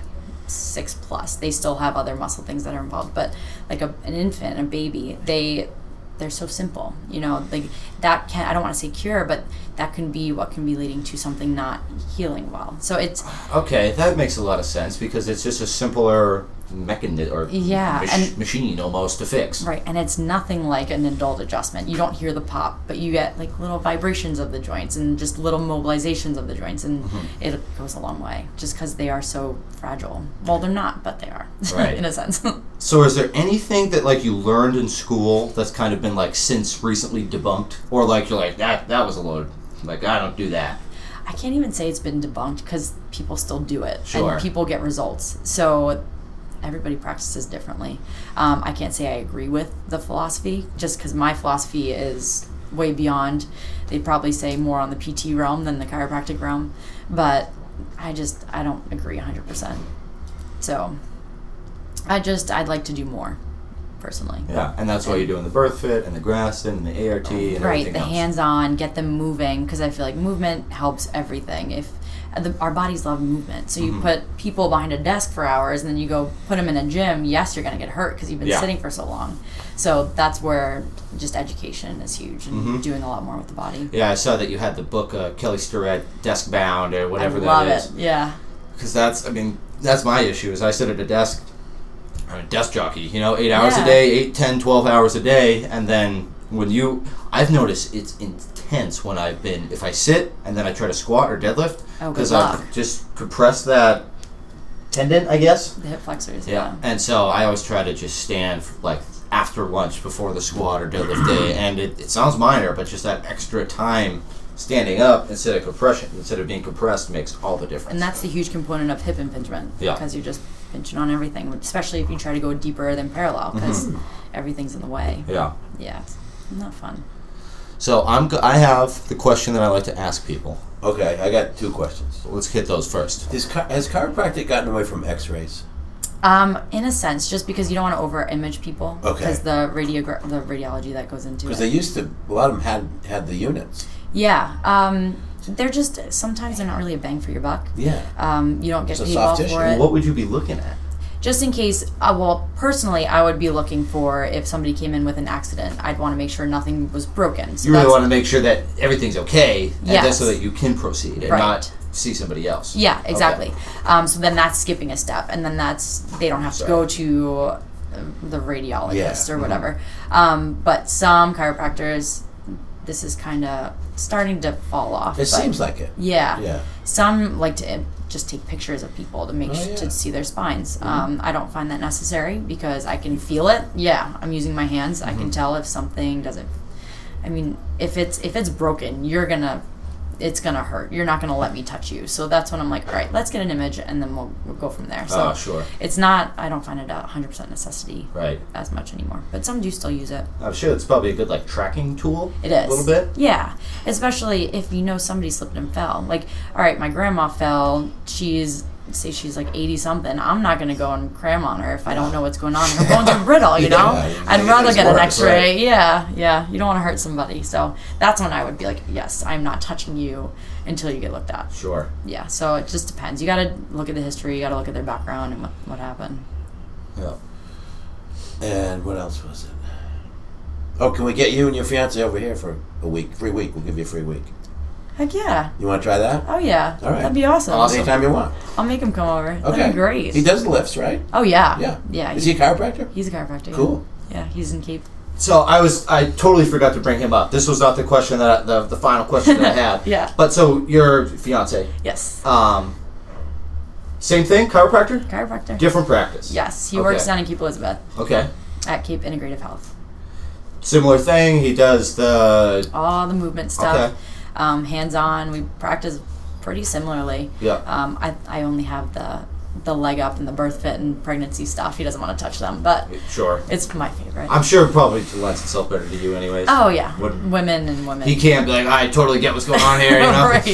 S3: six plus. They still have other muscle things that are involved, but like a, an infant, a baby, they they're so simple. You know, like that can I don't want to say cure, but that can be what can be leading to something not healing well. So it's
S2: Okay, that makes a lot of sense because it's just a simpler mechanism or
S3: Yeah,
S2: mach-
S3: and-
S2: machine almost to fix.
S3: Right, and it's nothing like an adult adjustment. You don't hear the pop, but you get like little vibrations of the joints and just little mobilizations of the joints, and it goes a long way just because they are so fragile. Well, they're not, but they are, [LAUGHS]
S2: Right.
S3: in a sense.
S2: So, is there anything that like you learned in school that's kind of been like since recently debunked, or like you're like that that was a load, like I don't do that.
S3: I can't even say it's been debunked because people still do it
S2: Sure.
S3: and people get results. So everybody practices differently. Um, I can't say I agree with the philosophy just because my philosophy is way beyond. They'd probably say more on the PT realm than the chiropractic realm, but I just I don't agree 100%. So I just I'd like to do more personally.
S2: Yeah, and that's why you're doing the birth fit and the Graston and the ART and
S3: right
S2: everything
S3: the
S2: else.
S3: hands on get them moving because i feel like movement helps everything if uh, the, our bodies love movement. So you
S2: Mm-hmm.
S3: put people behind a desk for hours and then you go put them in a gym. Yes, you're going to get hurt because you've been
S2: Yeah.
S3: sitting for so long. So that's where just education is huge and doing a lot more with the body.
S2: Mm-hmm. Yeah, I saw that you had the book uh, Kelly Starrett, Desk Bound, or
S3: I
S2: whatever
S3: love
S2: that is.
S3: it. Yeah.
S2: Because that's, I mean, that's my issue. Is I sit at a desk, I'm a desk jockey. You know, eight hours
S3: Yeah.
S2: a day, eight, ten, twelve hours a day, and then when you, I've noticed it's intense when I've been if I sit and then I try to squat or deadlift
S3: Oh, good luck.
S2: I've just compressed that tendon, I guess.
S3: The hip flexors.
S2: Yeah.
S3: Yeah.
S2: And so I always try to just stand for, like after lunch before the squat or deadlift
S3: [CLEARS THROAT]
S2: day, and it, it sounds minor, but just that extra time standing up instead of compression instead of being compressed makes all the difference.
S3: And that's the huge component of hip impingement
S2: Yeah.
S3: because you're just pinching on everything, especially if you try to go deeper than parallel because everything's in the way.
S2: Mm-hmm. yeah.
S3: Yeah, it's not fun.
S2: So I'm go- I have the question that I like to ask people.
S4: Okay, I got two questions.
S2: Let's hit those first.
S4: Is, chi- has chiropractic gotten away from X-rays?
S3: Um, in a sense, just because you don't want to over image people
S4: Okay.
S3: because the radiogra- the radiology that goes into it.
S4: Because they used to. A lot of them had had the units.
S3: yeah, um, they're just sometimes they're not really a bang for your buck.
S4: Yeah.
S3: Um, you don't get
S4: So
S3: paid well
S4: soft tissue.
S3: for it.
S2: What would you be looking at?
S3: just in case uh, well personally i would be looking for if somebody came in with an accident i'd want to make sure nothing was broken so
S2: You really
S3: that's-
S2: want to make sure that everything's okay, and that's so
S3: Yes.
S2: that you can proceed and
S3: Right.
S2: not see somebody else.
S3: yeah exactly um, so then that's skipping a step and then that's they don't have to go to uh, the radiologist
S4: Yeah, mm-hmm.
S3: or whatever um, but some chiropractors this is kind of starting to fall off
S4: It
S3: but-
S4: seems like it.
S3: yeah
S4: Yeah.
S3: some like to uh, just take pictures of people to make
S4: Oh,
S3: sh-
S4: yeah. Mm-hmm.
S3: to see their spines. Um, I don't find that necessary because I can feel it. Yeah, I'm using my hands. I
S4: Mm-hmm.
S3: can tell if something doesn't. I mean, if it's if it's broken, you're gonna, it's gonna hurt. You're not gonna let me touch you. So that's when I'm like, all right, let's get an image and then we'll, we'll go from there. So
S4: Ah,
S2: Oh, sure.
S3: it's not. I don't find it a 100 percent necessity
S2: Right.
S3: as much anymore. But some do still use it.
S2: I'm sure it's probably a good like tracking tool.
S3: It is
S2: A little bit.
S3: yeah. Especially if you know somebody slipped and fell. Like, all right, my grandma fell. She's say she's like eighty something. I'm not gonna go and cram on her if I don't know what's going on. Her bones are brittle, you
S4: [LAUGHS]
S3: know.
S4: Yeah,
S3: I'd
S4: yeah,
S3: rather
S4: it's
S3: get an
S4: worse,
S3: X-ray.
S4: right.
S3: Yeah, yeah. You don't want to hurt somebody, so that's when I would be like, yes, I'm not touching you until you get looked at.
S2: Sure.
S3: Yeah. So it just depends. You gotta look at the history. You gotta look at their background and what what happened.
S2: Yeah.
S4: And what else was it? Oh, can we get you and your fiance over here for a week, free week? We'll give you a free week.
S3: Heck yeah.
S4: You want to try that?
S3: Oh yeah.
S4: All right.
S3: That'd be awesome.
S2: Awesome.
S4: Anytime you want.
S3: I'll make him come over.
S4: Okay.
S3: That'd be great.
S4: He does lifts, right?
S3: Oh yeah.
S4: Yeah.
S3: Yeah.
S4: Is he a chiropractor?
S3: He's a chiropractor.
S4: Cool.
S3: Yeah, he's in Cape.
S2: So I was I totally forgot to bring him up. This was not the question that I, the the final question that I [LAUGHS] had.
S3: Yeah.
S2: But so your fiance,
S3: Yes.
S2: um, same thing, chiropractor,
S3: Chiropractor.
S2: different practice.
S3: yes, he
S2: Okay.
S3: works down in Cape Elizabeth
S2: Okay.
S3: at Cape Integrative Health.
S2: Similar thing. He does the
S3: All the movement stuff,
S2: Okay.
S3: um, hands on. We practice pretty similarly.
S2: yeah.
S3: Um, I, I only have the the leg up and the birth fit and pregnancy stuff. He doesn't want to touch them, but
S2: Sure.
S3: it's my favorite.
S2: I'm sure it probably lends itself better to you, anyways.
S3: oh yeah,
S2: Wouldn't-
S3: women and women.
S2: He can't be like, I totally get what's going on
S3: [LAUGHS]
S2: here. You know?
S3: right.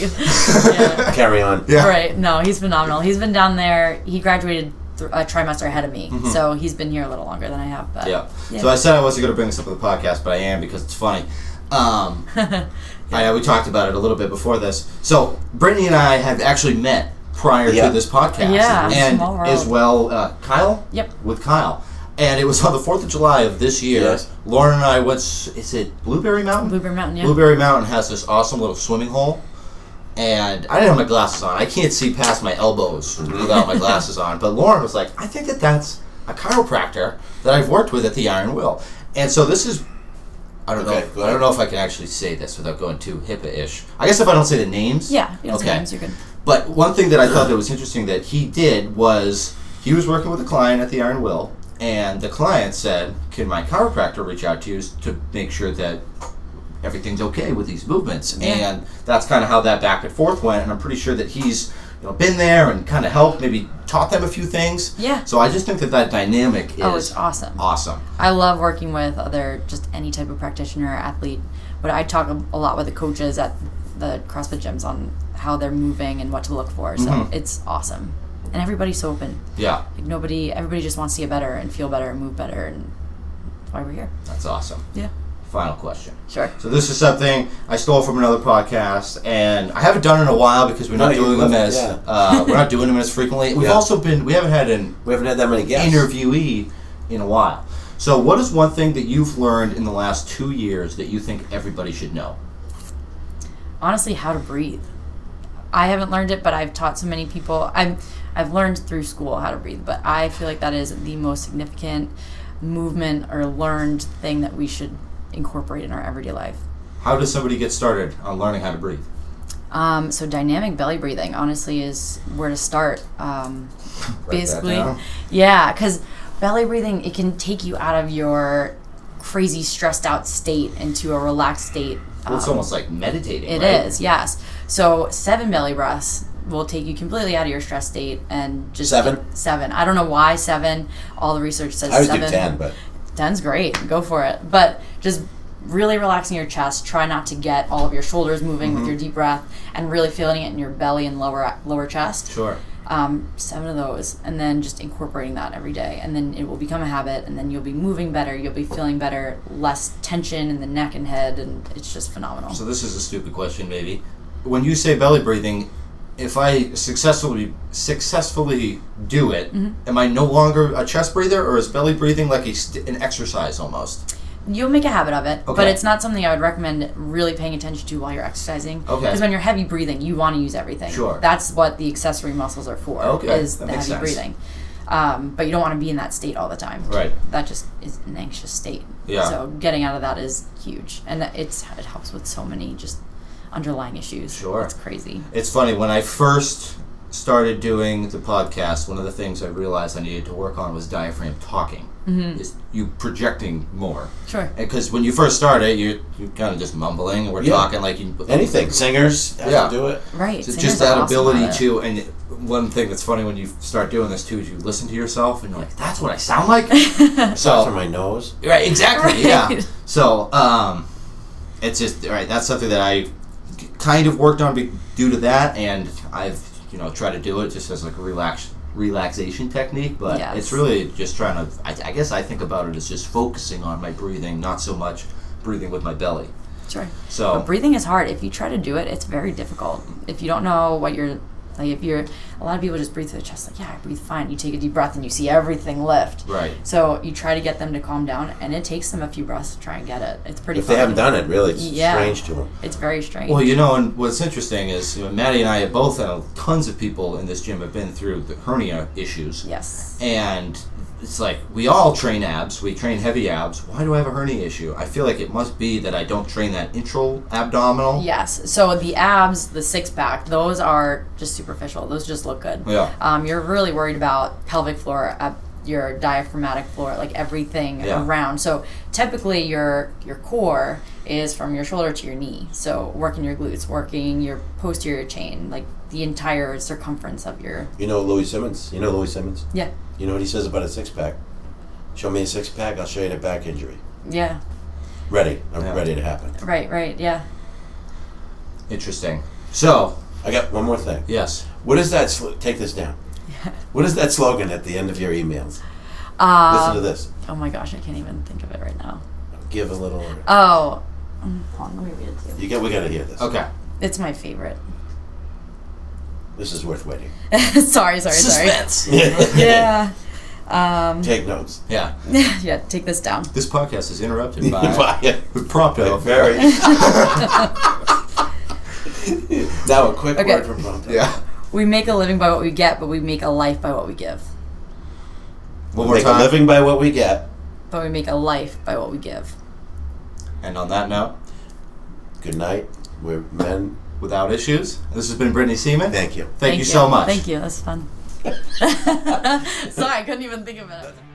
S2: [LAUGHS]
S3: Yeah.
S4: Carry on.
S2: Yeah.
S3: Right. No, he's phenomenal. He's been down there. He graduated th- a trimester ahead of me, so he's been here a little longer than I have. But
S2: Mm-hmm. Yeah.
S3: Yeah.
S2: So I said I wasn't going to bring this up on the podcast, but I am because it's funny.
S3: [LAUGHS]
S2: Um, I, uh, we talked about it a little bit before this. So Brittany and I have actually met prior
S4: Yeah.
S2: to this podcast,
S3: Yeah,
S2: and
S3: small world.
S2: as well uh, Kyle.
S3: Yep.
S2: With Kyle, and it was on the Fourth of July of this year.
S4: Yes.
S2: Lauren and I went. s- Is it Blueberry Mountain?
S3: Blueberry Mountain. Yeah.
S2: Blueberry Mountain has this awesome little swimming hole, and I didn't have my glasses on. I can't see past my elbows without my glasses on. But Lauren was like, I think that that's a chiropractor that I've worked with at the Iron Will. And so this is, I don't
S4: Okay,
S2: know,
S4: go
S2: I
S4: ahead.
S2: don't know if I can actually say this without going too HIPAA-ish. I guess if I don't say the names.
S3: Yeah, you don't say
S2: Okay.
S3: names, you're good.
S2: But one thing that I thought that was interesting that he did was he was working with a client at the Iron Will, and the client said, "Can my chiropractor reach out to you to make sure that everything's okay with these movements?" And that's kind of how that back and forth went. And I'm pretty sure that he's you know been there and kind of helped, maybe taught them a few things.
S3: Yeah.
S2: So I just think that that dynamic is
S3: Oh, it's awesome.
S2: awesome.
S3: I love working with other, just any type of practitioner, athlete. But I talk a, a lot with the coaches at the CrossFit gyms on how they're moving and what to look for. So it's awesome. And everybody's so open.
S2: Yeah,
S3: Like nobody, everybody just wants to get better and feel better and move better. And that's why we're here.
S2: that's awesome.
S3: Yeah.
S2: final question.
S3: Sure.
S2: So this is something I stole from another podcast, and I haven't done in a while because we're not
S4: No, you
S2: doing
S4: love
S2: them
S4: it,
S2: as
S4: yeah.
S2: uh, we're not doing them as frequently. We've
S4: Yeah.
S2: also been we haven't had an
S4: We haven't had that many guests.
S2: interviewee in a while. So what is one thing that you've learned in the last two years that you think everybody should know?
S3: honestly how to breathe. I haven't learned it, but I've taught so many people. I've I've learned through school how to breathe, but I feel like that is the most significant movement or learned thing that we should incorporate in our everyday life.
S2: How does somebody get started on learning how to breathe?
S3: Um, so dynamic belly breathing, honestly, is where to start. Um, basically,
S2: down.
S3: yeah, because belly breathing it can take you out of your crazy stressed out state into a relaxed state.
S2: Well, it's
S3: um,
S2: almost like meditating.
S3: It is,
S2: right?
S3: yes. So seven belly breaths will take you completely out of your stress state and just
S4: Seven?
S3: Seven. I don't know why seven. All the research says
S4: I always
S3: seven.
S4: do ten, but
S3: Ten's great. Go for it. But just really relaxing your chest. Try not to get all of your shoulders moving
S4: Mm-hmm.
S3: with your deep breath, and really feeling it in your belly and lower lower chest.
S2: Sure.
S3: Um, seven of those, and then just incorporating that every day, and then it will become a habit, and then you'll be moving better. You'll be feeling better, less tension in the neck and head, and it's just phenomenal.
S2: So this is a stupid question, maybe. When you say belly breathing, if I successfully successfully do it,
S4: Mm-hmm.
S2: am I no longer a chest breather, or is belly breathing like a st- an exercise almost?
S3: You'll make a habit of it, but
S2: Okay.
S3: it's not something I would recommend really paying attention to while you're exercising.
S2: Okay.
S3: Because when you're heavy breathing, you want to use everything.
S2: Sure.
S3: That's what the accessory muscles are for.
S2: Okay,
S3: Is
S2: that
S3: the
S2: makes
S3: heavy
S2: sense.
S3: breathing. Um, but you don't want to be in that state all the time.
S2: Right.
S3: That just is an anxious state.
S2: Yeah.
S3: So getting out of that is huge, and that- it's it helps with so many just underlying issues.
S2: Sure.
S3: It's crazy.
S2: It's funny when I first started doing the podcast. One of the things I realized I needed to work on was diaphragm talking.
S4: Mm-hmm.
S2: Is you projecting more?
S3: Sure.
S2: Because when you first start it, you're, you're kind of just mumbling. We're
S4: Yeah.
S2: talking like you,
S4: anything. Singers have
S2: Yeah.
S4: to
S3: [LAUGHS]
S4: do it.
S3: Right.
S2: So
S3: singers
S2: just
S3: are
S2: that
S3: awesome
S2: ability
S3: at it.
S2: to, and one thing that's funny when you start doing this too is you listen to yourself and you're like, "That's what I sound
S3: [LAUGHS]
S2: like."
S4: That's from
S2: so
S4: my nose.
S2: right, exactly, yeah.
S3: Right.
S2: So um, it's just right. That's something that I kind of worked on be- due to that, and I've you know tried to do it just as like a relax relaxation technique, but
S3: Yes.
S2: it's really just trying to. I, I guess I think about it as just focusing on my breathing, not so much breathing with my belly.
S3: Sure.
S2: So
S3: But breathing is hard. If you try to do it, it's very difficult. If you don't know what you're like, if you're a lot of people just breathe through the chest, like, yeah, I breathe fine. You take a deep breath and you see everything lift.
S2: right.
S3: So you try to get them to calm down, and it takes them a few breaths to try and get it. It's pretty.
S4: If they haven't done it, really, it's
S3: Yeah.
S4: strange to them.
S3: it's very strange.
S2: Well, you know, and what's interesting is you know, Maddie and I have both had tons of people in this gym have been through the hernia issues,
S3: yes.
S2: and it's like we all train abs, we train heavy abs. Why do I have a hernia issue? I feel like it must be that I don't train that intral abdominal.
S3: Yes. So the abs, the six pack, those are just superficial. Those just look good.
S2: Yeah.
S3: Um, you're really worried about pelvic floor, ab- your diaphragmatic floor, like everything
S2: Yeah.
S3: around. So typically, your your core is from your shoulder to your knee. So working your glutes, working your posterior chain, like the entire circumference of your
S4: You know Louis Simmons. You know Louis Simmons.
S3: yeah
S4: You know what he says about a six pack. Show me a six pack, I'll show you the back injury.
S3: yeah
S4: Ready. I'm
S2: Yeah.
S4: ready to happen.
S3: right right yeah
S2: Interesting. So
S4: I got one more thing.
S2: yes,
S4: What is that? Sl- take this down. What is that slogan at the end of your emails? Listen to this.
S3: oh my gosh I can't even think of it right now
S4: Give a little.
S3: oh mm, hold on let me read it to you
S4: You get. We got to hear this.
S2: okay.
S3: it's my favorite [LAUGHS]
S4: This is worth waiting.
S3: sorry sorry sorry yeah. [LAUGHS] Um,
S4: [LAUGHS] Take notes.
S2: Yeah,
S3: yeah, take this down.
S2: this podcast is interrupted by
S4: [LAUGHS] Bye.
S2: prompto.
S4: [LAUGHS] Very. now a quick
S3: Okay.
S4: word from Bronte.
S2: Yeah.
S3: We make a living by what we get, but we make a life by what we give.
S2: One more
S4: Make a
S2: time.
S4: living by what we get.
S3: But we make a life by what we give.
S2: And on that note,
S4: Good night. We're men.
S2: without issues, this has been Brittany Seaman.
S4: Thank you.
S2: Thank, you so much.
S3: [LAUGHS] Thank you. That's fun. Sorry, I couldn't even think of it.